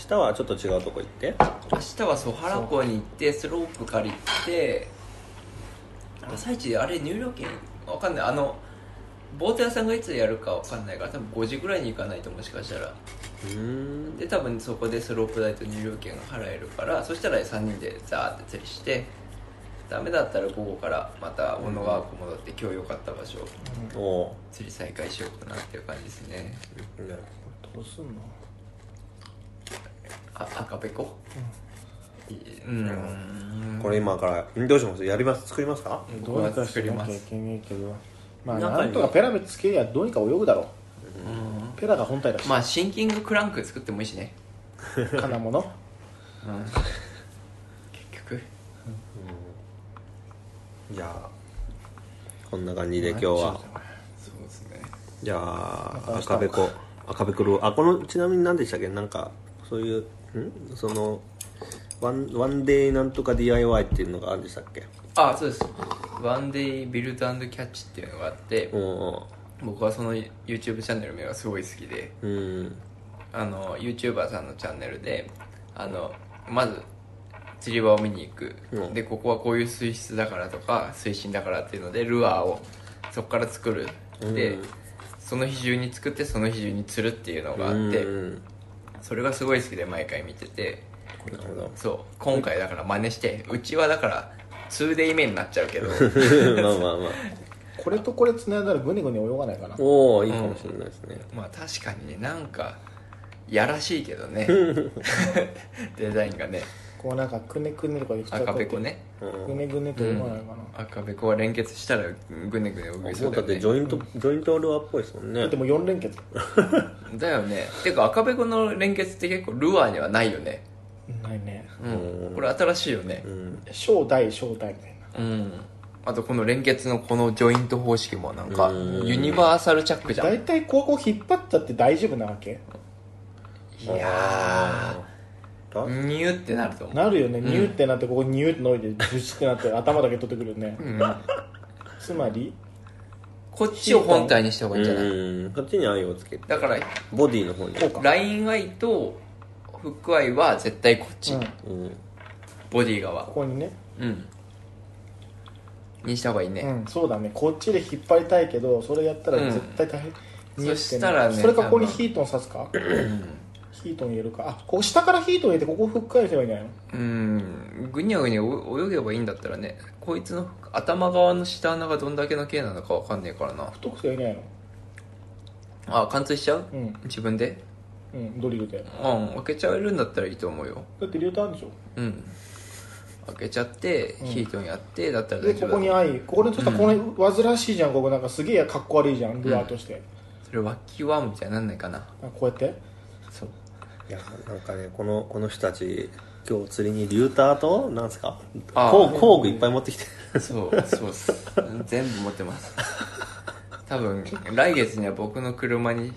Speaker 2: 日はちょっと違うとこ行って
Speaker 3: 明日はそう原湖に行ってスロープ借りて朝一あれ入料券わかんないあのボート屋さんがいつやるかわかんないから多分5時ぐらいに行かないともしかしたら
Speaker 2: うん
Speaker 3: で多分そこでスロープ代と入料券が払えるからそしたら3人でザーって釣りしてダメだったら午後からまた小野川湖戻って今日良かった場所を
Speaker 2: おお
Speaker 3: 釣り再開しようかなっていう感じですね
Speaker 2: ーなる
Speaker 4: どうすんの
Speaker 3: あ赤べこいいうん
Speaker 2: ほどこれ今からどうしますやります作りますか
Speaker 3: 僕は作ります
Speaker 4: けないけどまあ
Speaker 3: 中に
Speaker 4: なんとかペラつけりゃどうにか泳ぐだろうペラが本体だし
Speaker 3: まあシンキングクランク作ってもいいしね、
Speaker 4: 金物
Speaker 3: うん、結局
Speaker 2: じゃあこんな感じで今日は
Speaker 3: そうですね
Speaker 2: じゃあ
Speaker 4: また明日も
Speaker 2: 赤べこ赤べころあこのちなみに何でしたっけなんかそういうんそのワンワンデーなんとか DIY っていうのがあるんでしたっけ
Speaker 3: あそうですワンデイビルドキャッチっていうのがあって
Speaker 2: おお
Speaker 3: 僕はその YouTube チャンネル名がすごい好きで
Speaker 2: うん
Speaker 3: あの YouTuber さんのチャンネルであのまず釣り場を見に行く、
Speaker 2: うん
Speaker 3: でここはこういう水質だからとか水深だからっていうのでルアーをそこから作る、で
Speaker 2: うん
Speaker 3: その日中に作ってその日中に釣るっていうのがあって、
Speaker 2: うん
Speaker 3: それがすごい好きで毎回見てて
Speaker 2: なるほど
Speaker 3: そう今回だから真似してうちはだから2デイ目になっちゃうけ
Speaker 2: (laughs)
Speaker 3: ど
Speaker 2: (laughs) まあまあまあ
Speaker 4: これとこれつないだらグネグネ泳がないかな
Speaker 2: おおいいかもしれないですね、
Speaker 3: まあ確かにねなんかやらしいけど
Speaker 2: (laughs)
Speaker 3: ねデザインがね
Speaker 4: こうなんかくねくねとかで蓋
Speaker 3: 赤
Speaker 4: 取
Speaker 3: べ
Speaker 4: っ
Speaker 3: こ
Speaker 4: て
Speaker 3: ね
Speaker 2: うん
Speaker 4: グネグネと泳がないかな
Speaker 3: 赤べこは連結したらぐねぐね動きそ
Speaker 2: も
Speaker 3: う
Speaker 2: う
Speaker 3: だよ
Speaker 2: だっ
Speaker 3: ね
Speaker 2: てジョイント、ジョイントルアーっぽいですもんね
Speaker 4: だってもう4連結
Speaker 3: だよねてか赤べこの連結って結構ルアーにはないよね
Speaker 4: ないね
Speaker 3: うんこれ新しいよね
Speaker 2: うん
Speaker 4: 小大小大みたいな
Speaker 3: うん、あとこの連結のこのジョイント方式もなんか
Speaker 2: うん
Speaker 3: ユニバーサルチャックじゃん
Speaker 4: 大体ここ引っ張っちゃって大丈夫なわけ
Speaker 3: いや
Speaker 2: だ
Speaker 3: ーニューってなると思う
Speaker 4: なるよねニューってなってここニューって伸びてブシってなって頭だけ取ってくるよね
Speaker 3: うん
Speaker 4: つまり
Speaker 3: こっちを本体にした方がいいんじゃない、
Speaker 2: うんこっちに愛をつけて
Speaker 3: だから
Speaker 2: ボディの方に
Speaker 4: こうか
Speaker 3: ラインアイとフックアイは絶対こっち、
Speaker 4: うん
Speaker 2: うん
Speaker 3: ボディ側
Speaker 4: ここにね
Speaker 3: うんにした方がいいね、
Speaker 4: うんそうだねこっちで引っ張りたいけどそれやったら絶対大変ニューって
Speaker 3: そ
Speaker 4: な
Speaker 3: したらね
Speaker 4: それかここに
Speaker 3: 多分
Speaker 4: ヒートン刺すかヒートン入れるかあここ下からヒートン入れてここフックアイすればいいんじゃないの
Speaker 3: うんぐにゃぐにゃ泳げばいいんだったらねこいつの頭側の下穴がどんだけの径なのかわかんねえからな
Speaker 4: 太くしかいないの
Speaker 3: あ貫通しちゃう、
Speaker 4: うん
Speaker 3: 自分で
Speaker 4: うんドリルで
Speaker 3: うん開けちゃえるんだったらいいと思うよ
Speaker 4: だってリューターあるでしょ
Speaker 3: うん開けちゃって、
Speaker 4: うん
Speaker 3: ヒートンやってだったら
Speaker 4: で
Speaker 3: 大丈
Speaker 4: こ
Speaker 3: 夫
Speaker 4: こに
Speaker 3: だ
Speaker 4: 愛ここにちょっとこれ煩わしいじゃんここなんかすげえかっこ悪いじゃんルアーとして、
Speaker 3: それ脇はみたいになんないかな
Speaker 4: あこうやって
Speaker 3: そう
Speaker 2: いやなんかねこのこの人たち今日釣りにリューターとなんすか
Speaker 3: あー
Speaker 2: 工具工具いっぱい持ってきて (laughs)
Speaker 3: そうそうっす全部持ってます多分来月には僕の車に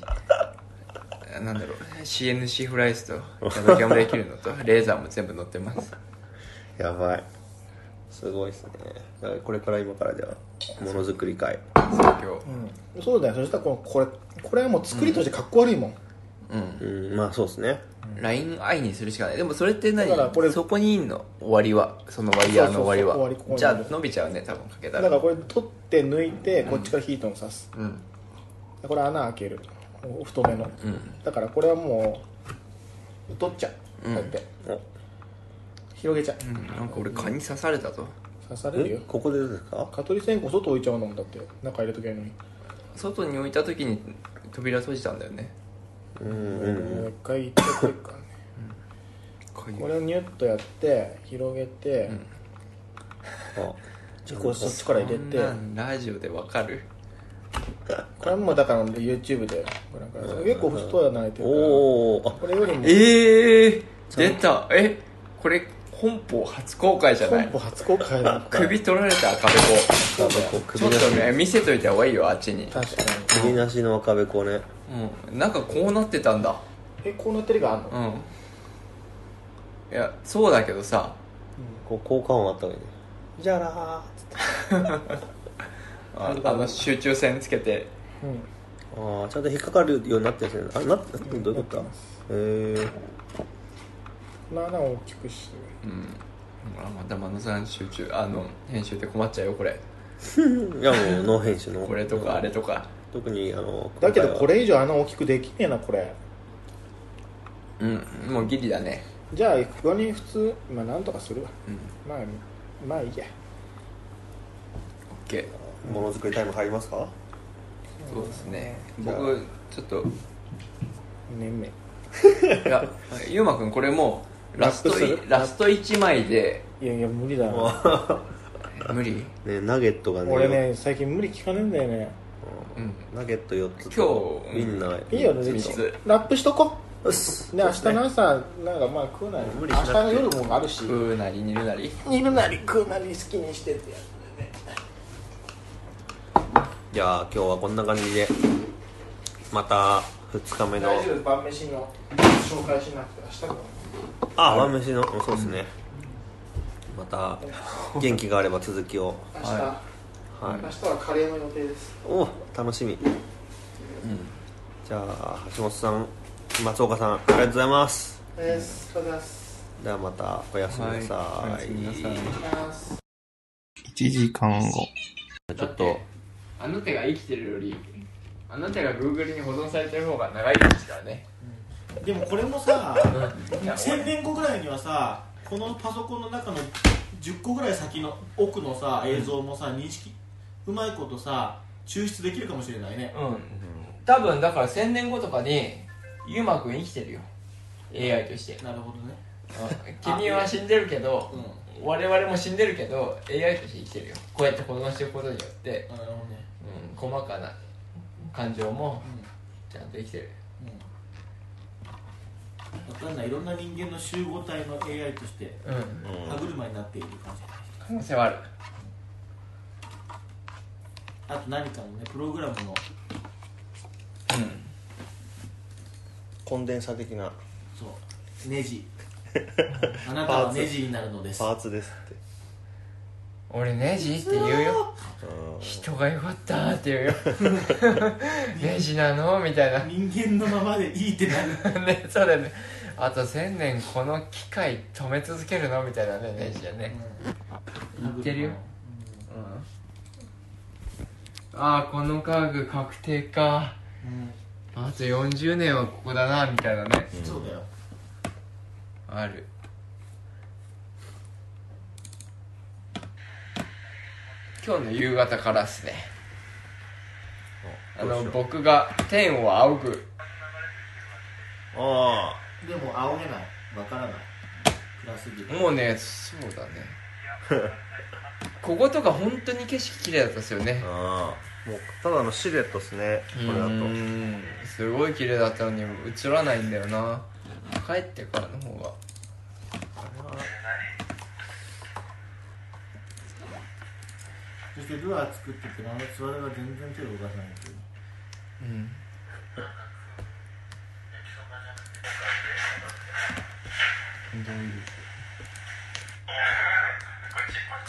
Speaker 3: あなんだろう CNC フライスとキャノキャンもできるのとレーザーも全部乗ってます
Speaker 2: やばいすごいですねだからこれから今からじゃあものづくり会
Speaker 3: そう今日
Speaker 4: うんそうだよそしたらこのこれこれはもう作りとしてかっこ悪いもん、
Speaker 3: うん
Speaker 2: うんまあそうですね
Speaker 3: LINEI にするしかないでもそれって何
Speaker 4: だからこれ
Speaker 3: そこにいんの終わりはそのワイヤーの終わ
Speaker 4: そうそうそう終わ
Speaker 3: り
Speaker 4: り
Speaker 3: は
Speaker 4: ここに
Speaker 3: じゃあ伸びちゃうね多分かけた
Speaker 4: だ
Speaker 3: ら
Speaker 4: からこれ取って抜いてこっちからヒートン刺す、
Speaker 3: うん
Speaker 4: これ穴開けるお太めの、
Speaker 3: ん
Speaker 4: だからこれはもう取っちゃうこうやって、
Speaker 2: お
Speaker 4: 広げちゃう、
Speaker 3: うんなんか俺蚊に刺されたと
Speaker 4: 刺される
Speaker 2: え
Speaker 4: よ
Speaker 2: ここでですか
Speaker 4: 蚊取り線香外置いちゃうのもんだって中入れときゃいいのに、
Speaker 3: 外に置いた時に扉閉じたんだよね
Speaker 2: うん
Speaker 4: う
Speaker 2: う
Speaker 4: んもう一回行っちゃってるからね
Speaker 3: かゆい
Speaker 4: これをニュッとやって広げて、
Speaker 2: あ
Speaker 4: じゃあこうそっちから入れて
Speaker 3: こんなんラジオでわかる
Speaker 4: これはもうだから YouTube でご覧ください結構太い穴開いてるから
Speaker 2: おおあ
Speaker 4: これよりも
Speaker 3: ええ出たえこれ本邦初公開じゃな
Speaker 4: 本
Speaker 3: い
Speaker 4: 邦初公開だ
Speaker 3: (laughs)
Speaker 4: から
Speaker 3: 首取られた赤べこ
Speaker 2: 赤べこ
Speaker 3: ち
Speaker 2: 首
Speaker 3: ょっ
Speaker 2: なし
Speaker 3: とね見せといた方がいいよあっちに
Speaker 4: 確かに
Speaker 2: 首なしの赤べこね
Speaker 3: うんなんかこうなってたんだ
Speaker 4: えこうなってるがあんの
Speaker 3: うんいやそうだけどさ
Speaker 2: こう効果音あったわけねじゃら
Speaker 3: ああの集中線つけて
Speaker 4: うんうん
Speaker 2: ーああちゃんと引っかかるようになってるんですねあなどういう
Speaker 4: な
Speaker 2: こと
Speaker 4: って
Speaker 2: か
Speaker 4: ま
Speaker 2: へえ
Speaker 4: まあ穴を大きくして
Speaker 3: うんほらまた真野さん集中あの編集って困っちゃうよこれ
Speaker 2: いやもうノー編集の
Speaker 3: これとかあれとか
Speaker 2: 特にあの
Speaker 4: だけどこ
Speaker 2: れ
Speaker 4: れ以上穴大きくできねえなこれ
Speaker 3: うんもうギリだね
Speaker 4: じゃあここに普通まあなんとかするわ
Speaker 3: うん
Speaker 4: まあまあいいや
Speaker 3: OK
Speaker 2: ものづくりタイム入りますか
Speaker 3: そうですね
Speaker 2: じゃあ
Speaker 3: 僕ちょっと
Speaker 4: 年目
Speaker 3: いやゆうまくんこれもうラスト
Speaker 4: ラップする
Speaker 3: ラスト1枚で
Speaker 4: いやいや無理だよ
Speaker 3: 無理
Speaker 2: ねナゲットがね
Speaker 4: 俺ね最近無理聞かねえんだよね
Speaker 3: うん
Speaker 2: ナゲット4つ
Speaker 3: 今日
Speaker 2: みんない
Speaker 4: いよね
Speaker 3: 三つ
Speaker 4: ラップしとこ
Speaker 2: よし
Speaker 4: で明日の朝なんかまあ食うなり
Speaker 2: 無
Speaker 4: 明
Speaker 2: 理しなく
Speaker 4: 日
Speaker 2: て
Speaker 4: の夜もあるし
Speaker 3: 食うなり煮るなり
Speaker 4: 煮るなり食うなり好きにしてってやつでね
Speaker 2: じゃあ今日はこんな感じでまた2日目の
Speaker 4: 大丈夫晩飯の紹介しなくて明日も
Speaker 2: あ晩飯のそうですね、また元気があれば続きを
Speaker 4: 明日、
Speaker 3: は
Speaker 2: はい
Speaker 4: 明日はカレーの予定です
Speaker 2: お楽しみじゃあ橋本さん松岡さんありがとうございます
Speaker 4: ですおはようございます
Speaker 2: ではまたおやすみなさ
Speaker 3: はいおやすみなさい
Speaker 4: おはようございます
Speaker 1: 1時間後
Speaker 2: ちょっと
Speaker 3: あの手が生きてるよりあの手が Google に保存されてる方が長いですからね
Speaker 4: でもこれもさ
Speaker 3: いや
Speaker 4: 1000年後ぐらいにはさこのパソコンの中の10個ぐらい先の奥のさ映像もさ認識うまいことさ抽出できるかもしれないね
Speaker 3: うん多分だから1000年後とかにゆうまくん生きてるよ AI として
Speaker 4: なるほどね
Speaker 3: 君は死んでるけど我々も死んでるけど AI として生きてるよこうやって保存していくことによって、
Speaker 4: なるほどね
Speaker 3: うん、細かな感情もちゃんと生きてる
Speaker 4: 分かんないいろんな人間の集合体の AI として
Speaker 3: うん
Speaker 4: 歯車になっているかもしれない
Speaker 3: 可能性はある
Speaker 4: あと何かのねプログラムの
Speaker 2: コンデンサ的な
Speaker 4: そうネ
Speaker 2: (laughs)
Speaker 4: ジあなたはネジになるのです
Speaker 2: パーツですって
Speaker 3: 俺ネジって言うよ人がよかったーって言うよ (laughs) ネジなのみたいな
Speaker 4: 人間のままでいいってなる
Speaker 3: ね、そうだよねあと1000年この機械止め続けるのみたいなねネジだね言ってるよ、うんああこの家具確定か
Speaker 4: うん
Speaker 3: あと40年はここだなみたいなね
Speaker 4: そうだよ
Speaker 3: ある今日の夕方からですねあの僕が天を仰ぐ
Speaker 2: あ
Speaker 4: でも仰げないわからない暗すぎる
Speaker 3: もうねそうだねこことか本当に景色綺麗だったですよね
Speaker 2: あああもうただのシルエットですねこれだ
Speaker 3: う
Speaker 2: と
Speaker 3: ーんすごい綺麗だったのに映らないんだよな帰ってからの方が
Speaker 4: そしてルアー作っててあのつわらが全然手を動かさないっていう
Speaker 3: うん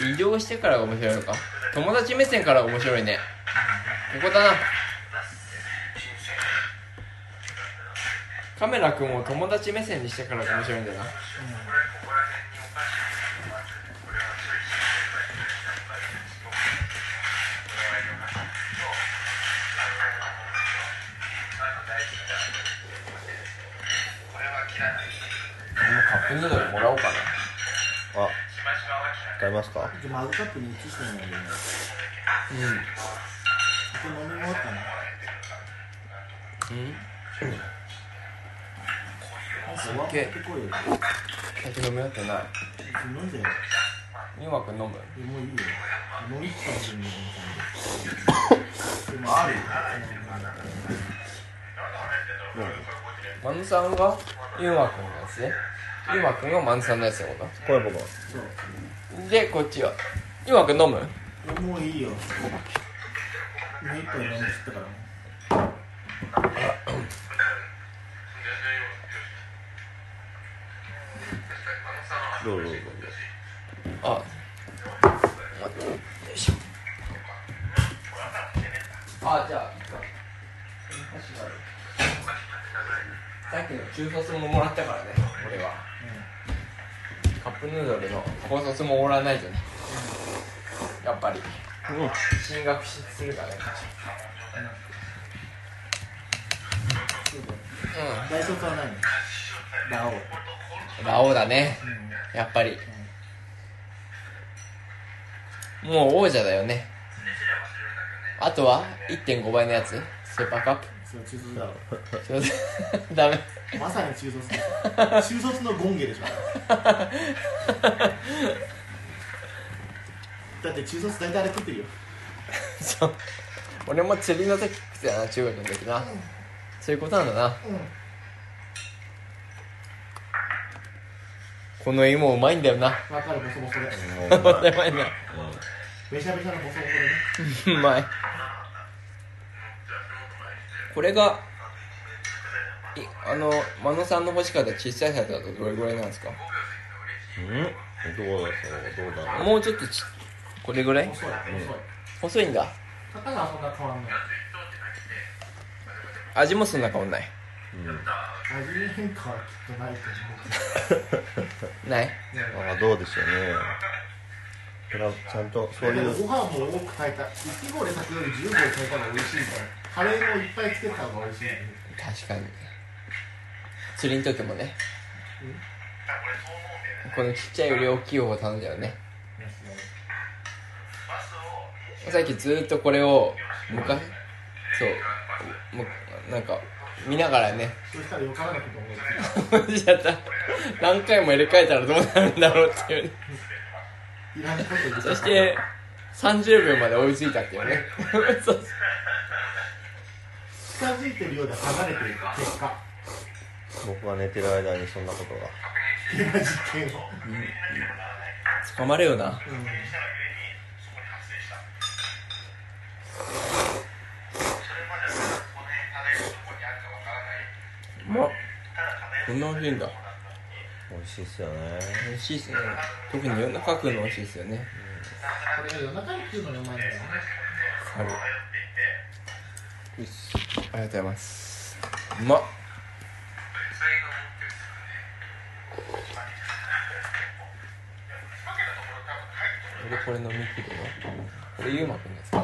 Speaker 3: 移動してからが面白いのか友達目線からが面白いねここだなカメラ君を友達目線にしてからが面白いんだよな俺もカップヌードルもらおうかな
Speaker 2: あ使いますか
Speaker 4: じゃあマグカップに移してもらえばいいの酒飲み終わったな
Speaker 3: うんうん
Speaker 4: 終わってこいよ
Speaker 3: 酒飲み合ってない
Speaker 4: 飲んじゃえよ
Speaker 3: ゆうまくん飲む
Speaker 4: いやもういいよ飲みきったら自分の飲みたいでもあるよ
Speaker 3: マンさんがゆうまくんのやつねゆうまくんがマンさんのやつってこ
Speaker 2: これ僕は
Speaker 4: そう
Speaker 3: とでこっちはゆうまくん飲む
Speaker 4: いやもういいよもう一杯飲みきったから
Speaker 2: どうぞどうぞ
Speaker 3: あ待ってよいしょあじゃあいいか箸があるさっきの中卒ももらったからね俺は、カップヌードルの高卒ももらわないとね、やっぱり、進学しするからねう
Speaker 5: 大卒はないのラオウ
Speaker 3: んラオウだねやっぱり、もう王者だよねあとは1.5倍のやつスーパーカップ
Speaker 5: それは中卒だろ
Speaker 3: ちょっと (laughs) ダメ
Speaker 5: まさに中卒だ中卒の権下でしょだって中卒大体あれ食ってるよ
Speaker 3: そう俺も釣りの時食ってたな中学の時な、そういうことなんだな、この芋うまいんだよな (laughs)
Speaker 5: わかるボソボソで
Speaker 3: これうまいな
Speaker 5: べしゃべしゃのボソボソでね
Speaker 3: (laughs) うまいこれがいあの真野さんの欲しかった小さいサイズだとどれぐらいなんですか
Speaker 2: うんどうだそうどうだろう
Speaker 3: もうちょっとちこれぐらい
Speaker 5: 細い細い
Speaker 3: 細いんだ
Speaker 5: 高さはそんな変わんない
Speaker 3: 味もそんな変わんない
Speaker 5: 味に変化はきっとないと
Speaker 3: ない
Speaker 2: うんまあどうでしょうねそれはちゃんとそうい
Speaker 5: 思うで
Speaker 2: う
Speaker 5: もご飯も多く炊いた1合で炊くより10合で炊いた方が美味しいからカレーもいっぱいつけた方が美味しい
Speaker 3: 確かに釣りの時もねこのちっちゃいより大きい方を頼んだよねさっきずーっとこれを昔そうむなんか見ながらね
Speaker 5: そしたらよからなこと思
Speaker 3: (laughs)
Speaker 5: う
Speaker 3: しちゃった何回も入れ替えたらどうなるんだろうっていうね
Speaker 5: いらんこと言って
Speaker 3: そして30秒まで追いついたっていうねそう
Speaker 5: 近づいてるようで離れてる結果
Speaker 2: 僕が寝てる間にそんなことが
Speaker 5: 今実験を
Speaker 3: 捕まるよなまっこんな美味しいんだ
Speaker 2: 美味しいっすよね
Speaker 3: 美味しいっすね特に夜中食うの美味しいっすよね
Speaker 5: これが夜中に食うのがうまいんだよね
Speaker 3: あるうっすありがとうございますうまっ俺これ飲み切るよこれゆうまくんですか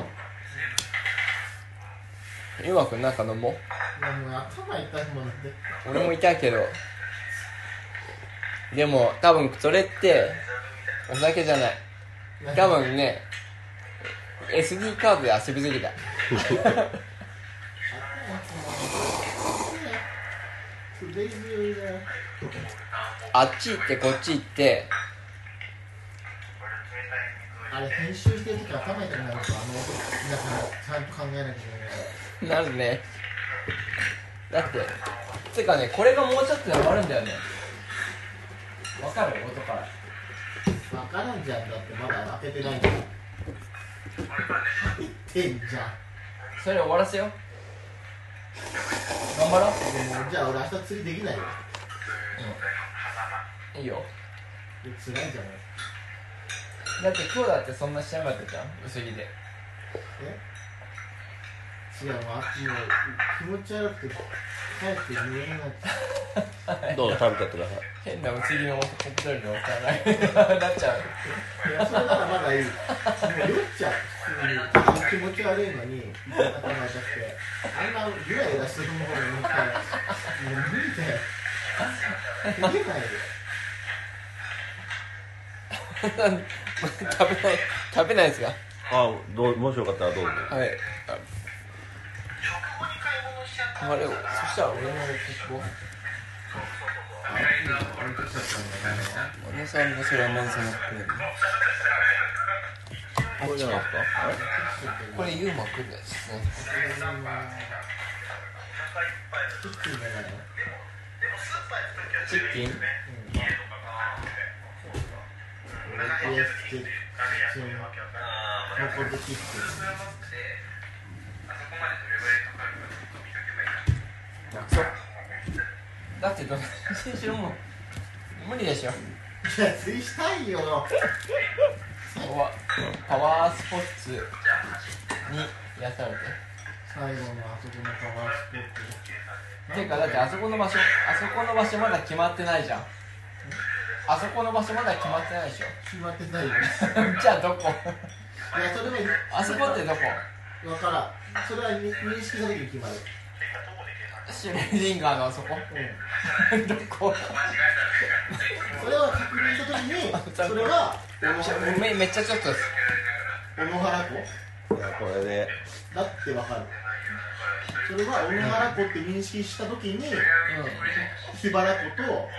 Speaker 3: ゆうまくんなんか飲もう
Speaker 5: もう頭痛いもんで
Speaker 3: 俺もいたけどでも多分それってお酒じゃない多分ね SD カードで遊びすぎた
Speaker 5: 滑り強いだよ
Speaker 3: あっち行ってこっち行って
Speaker 5: あれ編集してる時頭痛くなるからあの音皆さんちゃんと考えなきゃい
Speaker 3: なるねだっててかねこれがもうちょっとで終わるんだよねわかる音から
Speaker 5: けないわからんじゃんだってまだ開けてないから入ってんじゃん
Speaker 3: それ終わらせよう頑張ろ
Speaker 5: でもじゃあ俺明日釣りできないよ
Speaker 3: ういいよ
Speaker 5: で辛いんじゃない
Speaker 3: だって今日だってそんなしなかったじゃん薄着で
Speaker 5: 違うもうあっちもう気持ち悪くて帰って寝れなくて
Speaker 2: どうぞ食べちゃってください
Speaker 3: 変な薄着のお一人のおかない (laughs) なっちゃう
Speaker 5: いやそれならまだいいもう酔っちゃう普通に気持ち悪いのに頭痛くてあんなゆらゆらするものに乗ったらもう無理だよできないよ
Speaker 3: 食べない食べないですか
Speaker 2: あどうもしよかったらどうぞ
Speaker 3: はいあれそしたら俺の結構真野さんもそれは真野さんのプレー
Speaker 2: これじゃないですか
Speaker 3: これユーマくんですねチキン (laughs) だってどっちにしろもう無理でしょ
Speaker 5: いや、釣りしたいよ。
Speaker 3: パワーパワースポッツに癒されて
Speaker 5: 最後のあそこのパワースポット。
Speaker 3: ていうかだってあそこの場所あそこの場所まだ決まってないじゃんあそこの場所まだ決まってないでしょ
Speaker 5: 決まってないよ。い
Speaker 3: (laughs) じゃあどこ
Speaker 5: や、それは、
Speaker 3: あそこってどこ
Speaker 5: わからん。それは認認識した時に決まる。
Speaker 3: シュレディンガーのあそこ
Speaker 5: うん。
Speaker 3: (laughs) ど (laughs) こ
Speaker 5: それは確認した時に、それは、
Speaker 6: めめっちゃちょっと
Speaker 5: 小野原湖
Speaker 2: いやこれで
Speaker 5: だってわかる。それは小野原湖って認識した時に、桧原湖と、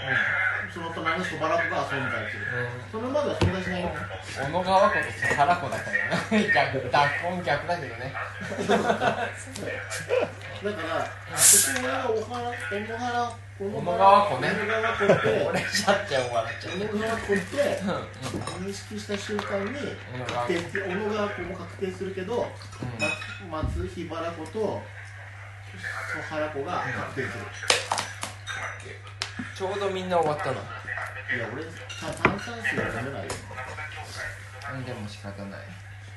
Speaker 5: その隣の小原湖が存在する。それまでは存在しないよ。
Speaker 3: 小野川子と木原子だからね逆脱婚逆だけどね
Speaker 5: だから、そこは小原、小野原、
Speaker 3: 小野川湖ね
Speaker 5: 小野川湖って、
Speaker 3: 俺しちゃって笑っちゃ
Speaker 5: 小野川湖って
Speaker 3: ううん
Speaker 5: 認識した瞬間に
Speaker 3: 小野川
Speaker 5: 確
Speaker 3: 子
Speaker 5: 定する小野川湖も確定するけど、ま松日原湖と小原湖が確定す
Speaker 6: ちょうどみんな終わったの
Speaker 5: るいや俺た炭酸水はダメだよ
Speaker 3: うんでも仕方ない (laughs)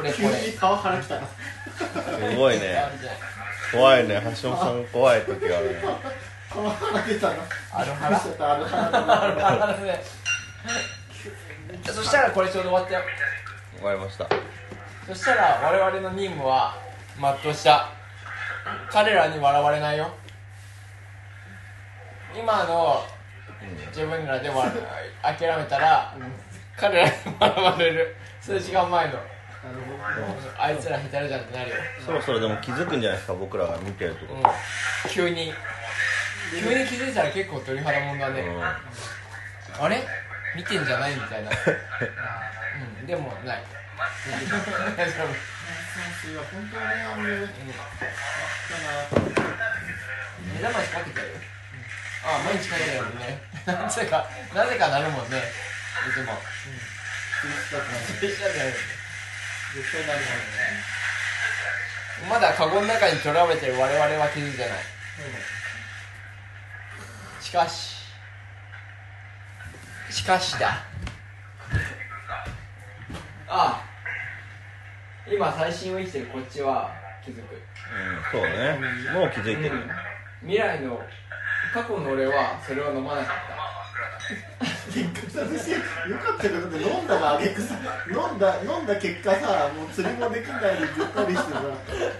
Speaker 3: 俺こ
Speaker 5: (laughs) 急
Speaker 3: れ
Speaker 5: に川原来たな
Speaker 2: すごい
Speaker 3: (laughs)
Speaker 2: ね怖いね橋本さん怖い時があるね
Speaker 5: 川原出たな
Speaker 3: あるは
Speaker 5: (laughs) 話しちゃったある原だな
Speaker 3: らそしたらこれちょうど終わったよ
Speaker 2: 終わりました
Speaker 3: そしたら我々の任務は全うした彼らに笑われないよ今の自分らでも諦めたら彼らに笑われる数時間前の
Speaker 5: なるほ
Speaker 3: あいつら下手じゃんってなるよ、
Speaker 2: そろそろでも気づくんじゃないですか僕らが見てるってこ
Speaker 3: う
Speaker 2: と
Speaker 3: ん、急に急に気づいたら結構鳥肌もんだね、
Speaker 2: う
Speaker 3: あれ見てんじゃないみ (laughs) たいなうんでもない (laughs) 大丈夫
Speaker 5: 炭酸水は本当にあんまりなかっ
Speaker 3: うん
Speaker 5: たな
Speaker 3: 目覚ましかけてるああ毎日かけてるもん (laughs) ねなぜかなぜかなるもんねいつ (laughs) も
Speaker 5: 気づきたくない
Speaker 3: 絶対なる
Speaker 5: 絶対なる
Speaker 3: もんね
Speaker 5: もんね
Speaker 3: まだカゴの中にとらわれてる我々は気づいてないしかししかしだああ今最新を生きてるこっちは気づく
Speaker 2: ん、うん、そうねもう気づいてる、
Speaker 3: 未来の過去の俺はそれを飲まなかっ
Speaker 5: 結果さ私よかったよだって飲んだらあげくさ飲んだ飲んだ結果さもう釣りもできないでぐったりしてさ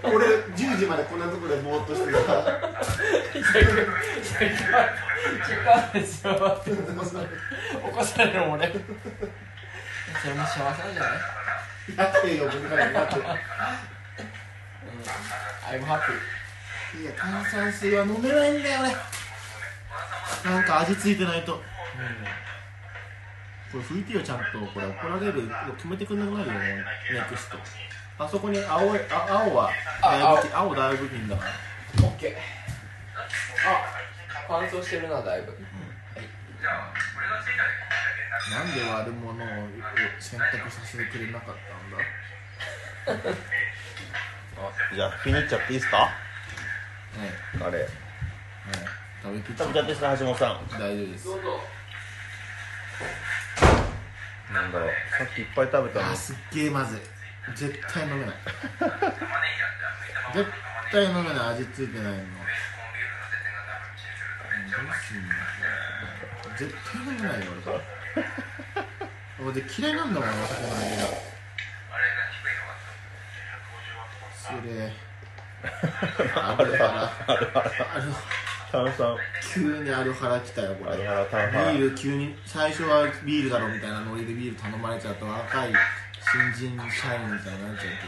Speaker 5: 俺10時までこんなとこでぼーっとしてさ
Speaker 3: た結局結果時間ですよ起こされる俺それも幸せなんじゃない
Speaker 5: やってよ僕からやって
Speaker 3: I'm happy
Speaker 5: いや炭酸水は飲めないんだよ俺なんか味ついてないと、これ拭いてよちゃんとこれ怒られる決めてくんなくなるよねネクストあそこに青いあ青は
Speaker 3: あ
Speaker 5: 大部品青大部品だから
Speaker 3: OK あ乾燥してるなだいぶ
Speaker 5: なんで悪者を選択させてくれなかったんだ
Speaker 2: あじゃあ気に入っちゃっていいですかカレー
Speaker 5: 食べきっ
Speaker 2: 食べちゃってした橋本さん
Speaker 5: 大丈夫です
Speaker 2: なんだろうさっきいっぱい食べたの
Speaker 5: あすっげえまずい絶対飲めない絶対飲めない味ついてないのどうすんの絶対飲めないよ俺俺で嫌いなんだもんお酒の味がそれ (laughs) あるハラある
Speaker 2: 炭酸
Speaker 5: 急にアルハラ来たよこ
Speaker 2: ア
Speaker 5: れ
Speaker 2: ルハラ炭
Speaker 5: ビ
Speaker 2: 酸
Speaker 5: ール急に最初はビールだろみたいなノリでビール頼まれちゃうと若い新人社員みたいになっちゃうけ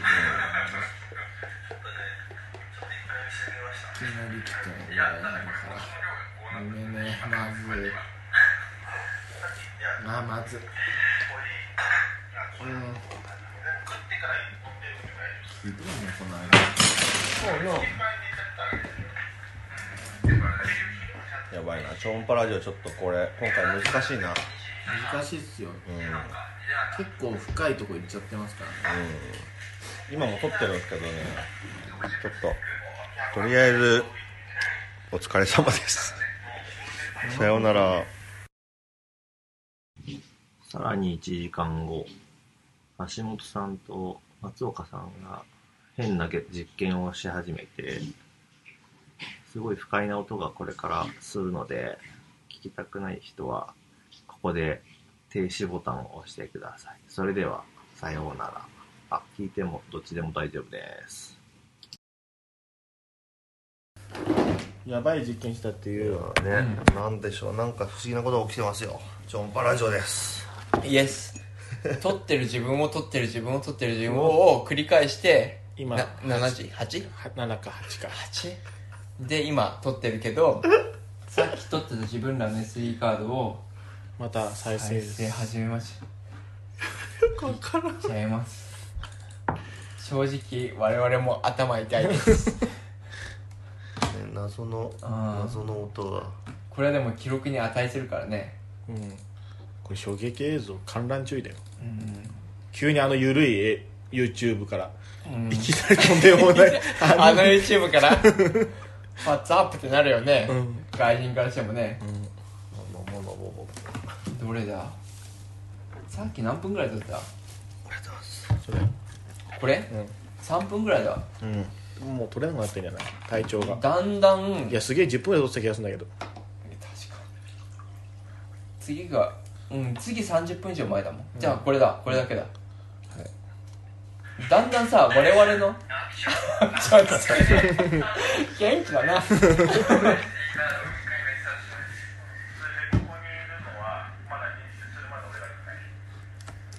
Speaker 5: どいきなり来たよ俺からごめんねまずいあまずいうんひどいねこの間
Speaker 3: そうの
Speaker 2: やばいな超音波ラジオちょっとこれ今回難しいな
Speaker 5: 難しいっすよ
Speaker 2: うん、うん、
Speaker 5: 結構深いとこ行っちゃってますからね
Speaker 2: 今も撮ってるんですけどね (laughs) ちょっととりあえずお疲れ様ですさようなら。さらに1時間後、橋本さんと松岡さんが変なげ実験をし始めて、すごい不快な音がこれからするので、聞きたくない人は、ここで停止ボタンを押してください。それでは、さようなら。あ、聞いてもどっちでも大丈夫です。
Speaker 4: やばい実験したっていう
Speaker 2: ね、なんでしょうなんか不思議なことが起きてますよジョンパラジオです
Speaker 3: イエ (laughs) ス撮ってる自分を撮ってる自分を撮ってる自分を繰り返して
Speaker 4: 今
Speaker 3: な7時 8?
Speaker 4: は7か8か
Speaker 3: 8で今撮ってるけ (laughs) どさっき撮ってた自分らの SD カードを
Speaker 4: また再生
Speaker 3: 再
Speaker 4: です
Speaker 3: 生始めましたよく分からんちゃいます正直我々も頭痛いです (laughs)
Speaker 2: ね謎の
Speaker 3: あー
Speaker 2: 謎の音が
Speaker 3: これはでも記録に値するからね
Speaker 4: うんこれ衝撃映像観覧注意だよ
Speaker 3: うん
Speaker 4: 急にあの緩い絵 YouTube から
Speaker 3: うん
Speaker 4: いきなりとんでもない
Speaker 3: (laughs) あの YouTube から What's up ってなるよね、
Speaker 4: うん
Speaker 3: 外人からしてもね、
Speaker 2: もものぼぼ
Speaker 3: どれださっき何分ぐらい撮った
Speaker 4: それ
Speaker 3: これ、3分ぐらいだ
Speaker 4: うんもう取れなくなってんじゃない体調が
Speaker 3: だんだん
Speaker 4: いやすげえ10分で撮ってた気がするんだけど
Speaker 3: 確か次がうん次30分以上前だもん、じゃあこれだこれだけだ、だんだんさ我々のちょっと待って元気だな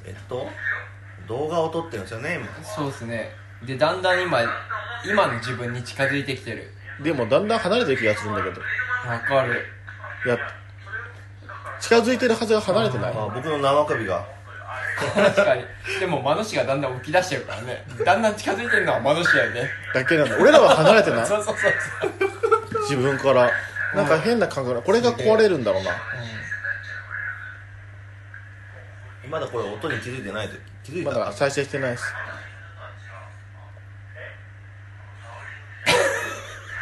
Speaker 2: えっと動画を撮ってるんですよね
Speaker 3: そうですねでだんだん今今の自分に近づいてきてる
Speaker 4: でもだんだん離れてる気がするんだけど
Speaker 3: わかる
Speaker 4: いや近づいてるはずが離れてない
Speaker 2: 今あ僕の生首が
Speaker 3: 確かにでもマノシがだんだん浮き出してるからねだんだん近づいてるのはマノシだよね
Speaker 4: だけなんだ俺らは離れてない
Speaker 3: そうそうそうそう
Speaker 4: 自分からなんか変な感覚だこれが壊れるんだろうな
Speaker 2: まだこれ音に気づいてないと気づい
Speaker 4: ま
Speaker 2: た
Speaker 4: だ再生してないです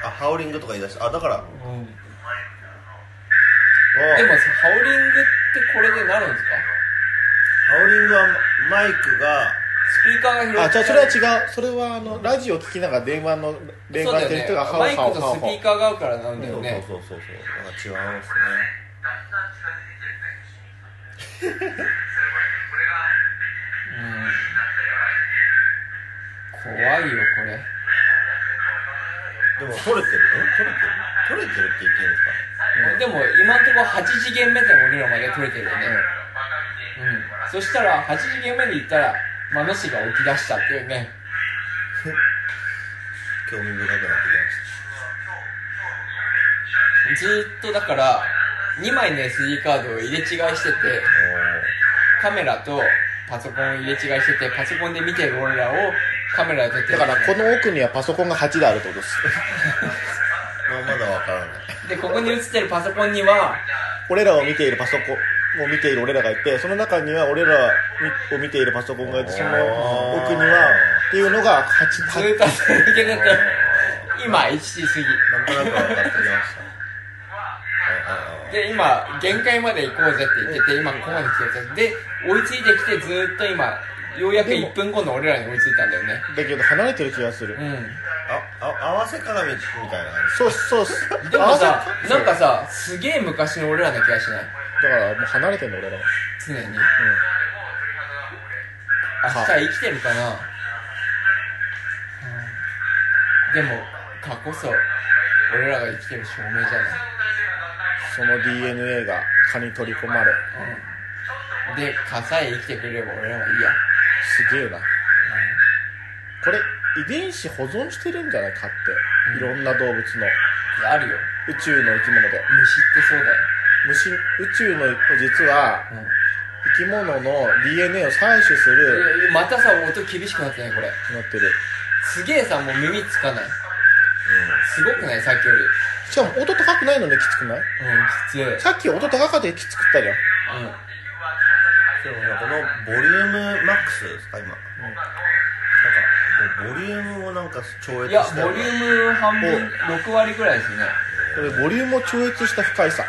Speaker 2: あハウリングとか言い出したあだから
Speaker 3: うん
Speaker 2: あ
Speaker 3: でもさハウリングってこれでなるんですか
Speaker 2: ハウリングはマイクが
Speaker 3: スピーカーが広
Speaker 4: あじゃあそれは違うそれはあのラジオ聞きながら電話の電話してる人がハ
Speaker 3: そうだ
Speaker 4: ウ
Speaker 3: よねマイク
Speaker 4: ハウハ
Speaker 3: とス
Speaker 4: ウ
Speaker 3: ピ
Speaker 4: ハ
Speaker 3: ーカーが合うからなんだよね
Speaker 2: そうそうそうそうそうなんか違うんですね
Speaker 3: 怖いよこれ
Speaker 2: でも撮れてるえ撮れてる撮れてるって言っていいんで
Speaker 3: で
Speaker 2: すかね
Speaker 3: も今のところ8次元目で俺らまで取れてるよね、うん、そしたら8次元目で言ったらマノシが起き出したっていうね
Speaker 2: 興味深くなってきまし
Speaker 3: ずーっとだから2枚の SD カードを入れ違いしてて
Speaker 2: た
Speaker 3: カメラとパソコンを入れ違いしててパソコンで見てる俺らをカメラで撮って
Speaker 4: だ
Speaker 3: る
Speaker 4: からこの奥にはパソコンが8であるってことです
Speaker 2: おーまあまだわからない
Speaker 3: でここに映ってるパソコンには
Speaker 4: 俺らを見ているパソコンを見ている俺らがいてその中には俺らを見ているパソコンがいてその奥にはっていうのが
Speaker 3: ず
Speaker 4: 8
Speaker 3: ーっと続けてて今1時過
Speaker 2: なんとなく分かってきまし
Speaker 3: ぎ
Speaker 2: た。
Speaker 3: で今限界まで行こうぜって言ってて今ここまで来てるで追いついてきてずーっと今ようやく1分後の俺らに追いついたんだよね
Speaker 4: だけど離れてる気がする
Speaker 3: う
Speaker 2: あ、あ、合わせ鏡みたいな感
Speaker 4: そうっすそうっす
Speaker 3: んでもさ
Speaker 4: あそう
Speaker 3: なんかさすげえ昔の俺らな気がしない
Speaker 4: だからもう離れてんの俺らは
Speaker 3: 常に、明日生きてるかな、うんでも過こそ俺らが生きてる証明じゃない
Speaker 4: その DNA が蚊に取り込まれ
Speaker 3: で、火さえ生きてくれれば俺らはいいや。
Speaker 4: すげえなこれ遺伝子保存してるんじゃない蚊っていろんな動物
Speaker 3: い
Speaker 4: の
Speaker 3: やあるよ。
Speaker 4: 宇宙の生き物で
Speaker 3: 虫ってそうだよ。
Speaker 4: 虫宇宙の実は生き物の DNA を採取する
Speaker 3: うん。またさ、音厳しくなってないこれ。
Speaker 4: なってる
Speaker 3: すげえさ、もう耳つかない。すごくないさっきより。うん、
Speaker 4: しかも音高くないのねきつくない
Speaker 3: きつい。うん。
Speaker 4: さっき音高かったけどきつくったじゃん
Speaker 2: じです。でもなんかこのボリュームマックスですか、今。なんか、ボリュームをなんか超越
Speaker 3: いや、
Speaker 2: した
Speaker 3: ボリューム半分、6割ぐらいですね。
Speaker 2: え
Speaker 7: これボリュームを超越した深いさ
Speaker 5: だ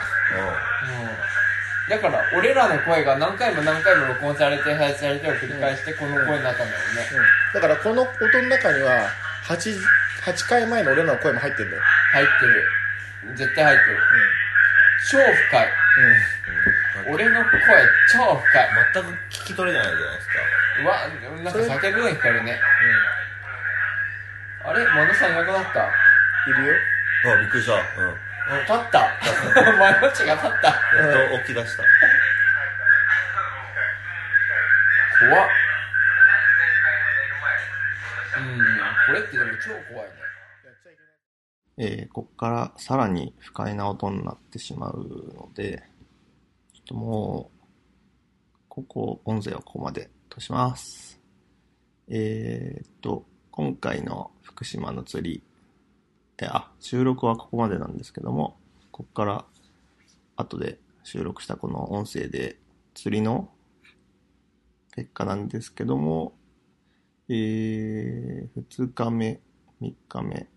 Speaker 5: から俺らの声が何回も何回も録音されて配信されてを繰り返してこの声になったんだろうね、
Speaker 7: だからこの音の中には 8, 8回前の俺らの声も入ってんだよ、
Speaker 5: 入ってる絶対入ってる超深い俺の声超深い
Speaker 2: 全く聞き取れないじゃないですか
Speaker 5: うわなんか叫ぶように聞こえるねあれ真野さんいなくなった
Speaker 7: うん、いるよ
Speaker 2: あびっくりしたうん
Speaker 5: 立った (laughs) 真野っちが立った
Speaker 2: やっと起き出した
Speaker 5: 怖っうんこれってでも超怖いね
Speaker 1: えー、こっからさらに不快な音になってしまうので、ちょっともう、ここ、音声はここまでとします。えー、っと、今回の福島の釣り、えあ、収録はここまでなんですけども、ここから後で収録したこの音声で釣りの結果なんですけども、えー、2日目、3日目、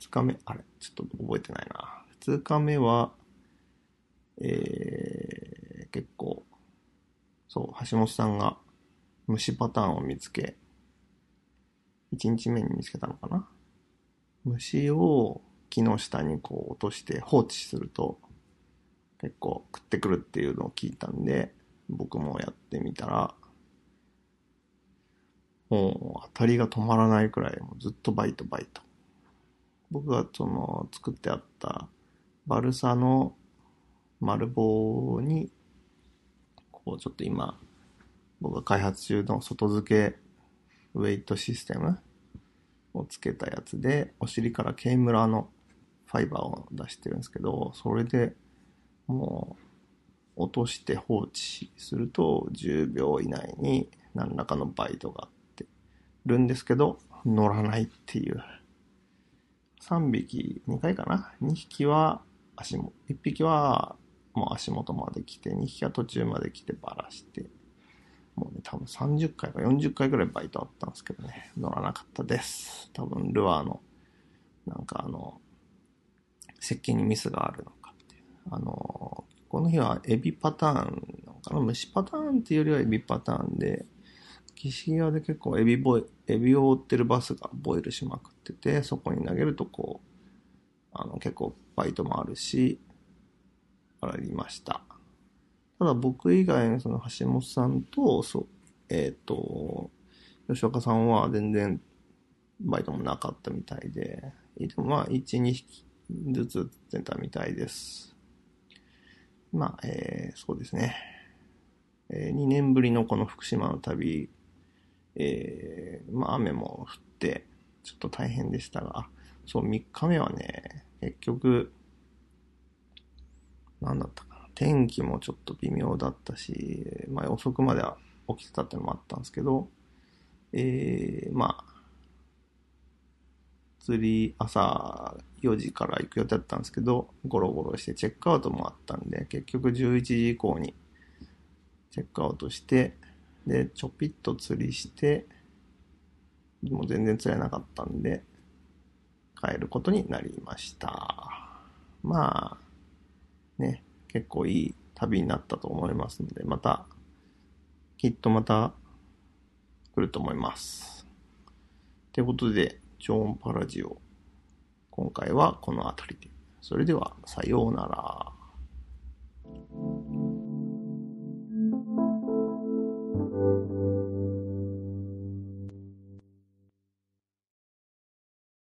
Speaker 1: 2日目、あれ、ちょっと覚えてないな。2日目は、えー、結構、そう、橋本さんが虫パターンを見つけ、1日目に見つけたのかな虫を木の下にこう落として放置すると、結構食ってくるっていうのを聞いたんで、僕もやってみたら、もう当たりが止まらないくらい、もうずっとバイトバイト。僕がその作ってあったバルサの丸棒に、こうちょっと今、僕が開発中の外付けウェイトシステムをつけたやつで、お尻からケイムラのファイバーを出してるんですけど、それでもう落として放置すると10秒以内に何らかのバイトがあってるんですけど、乗らないっていう。3匹、2回かな ?2 匹は足も、1匹はもう足元まで来て、2匹は途中まで来てバラして、もうね、多分30回か40回ぐらいバイトあったんですけどね、乗らなかったです。多分ルアーの、なんかあの、設計にミスがあるのかっていう。あの、この日はエビパターンなのかな虫パターンっていうよりはエビパターンで、岸際で結構エビボイ、エビを追ってるバスがボイルしまくってて、そこに投げるとこう、あの結構バイトもあるし、ありました。ただ僕以外のその橋本さんと、そう、えっ、と、吉岡さんは全然バイトもなかったみたいで、でもまあ1、2匹ずつ出たみたいです。まあ、えーそうですね。え2年ぶりのこの福島の旅、えーまあ雨も降って、ちょっと大変でしたが、そう、3日目はね、結局、なんだったかな、天気もちょっと微妙だったし、まあ遅くまでは起きてたってのもあったんですけど、えーまあ、釣り朝4時から行く予定だったんですけど、ゴロゴロしてチェックアウトもあったんで、結局11時以降にチェックアウトして、で、ちょぴっと釣りして、もう全然釣れなかったんで、帰ることになりました。まあ、ね、結構いい旅になったと思いますので、また、きっとまた来ると思います。ということで、超音波ラジオ、今回はこの辺りで。それでは、さようなら。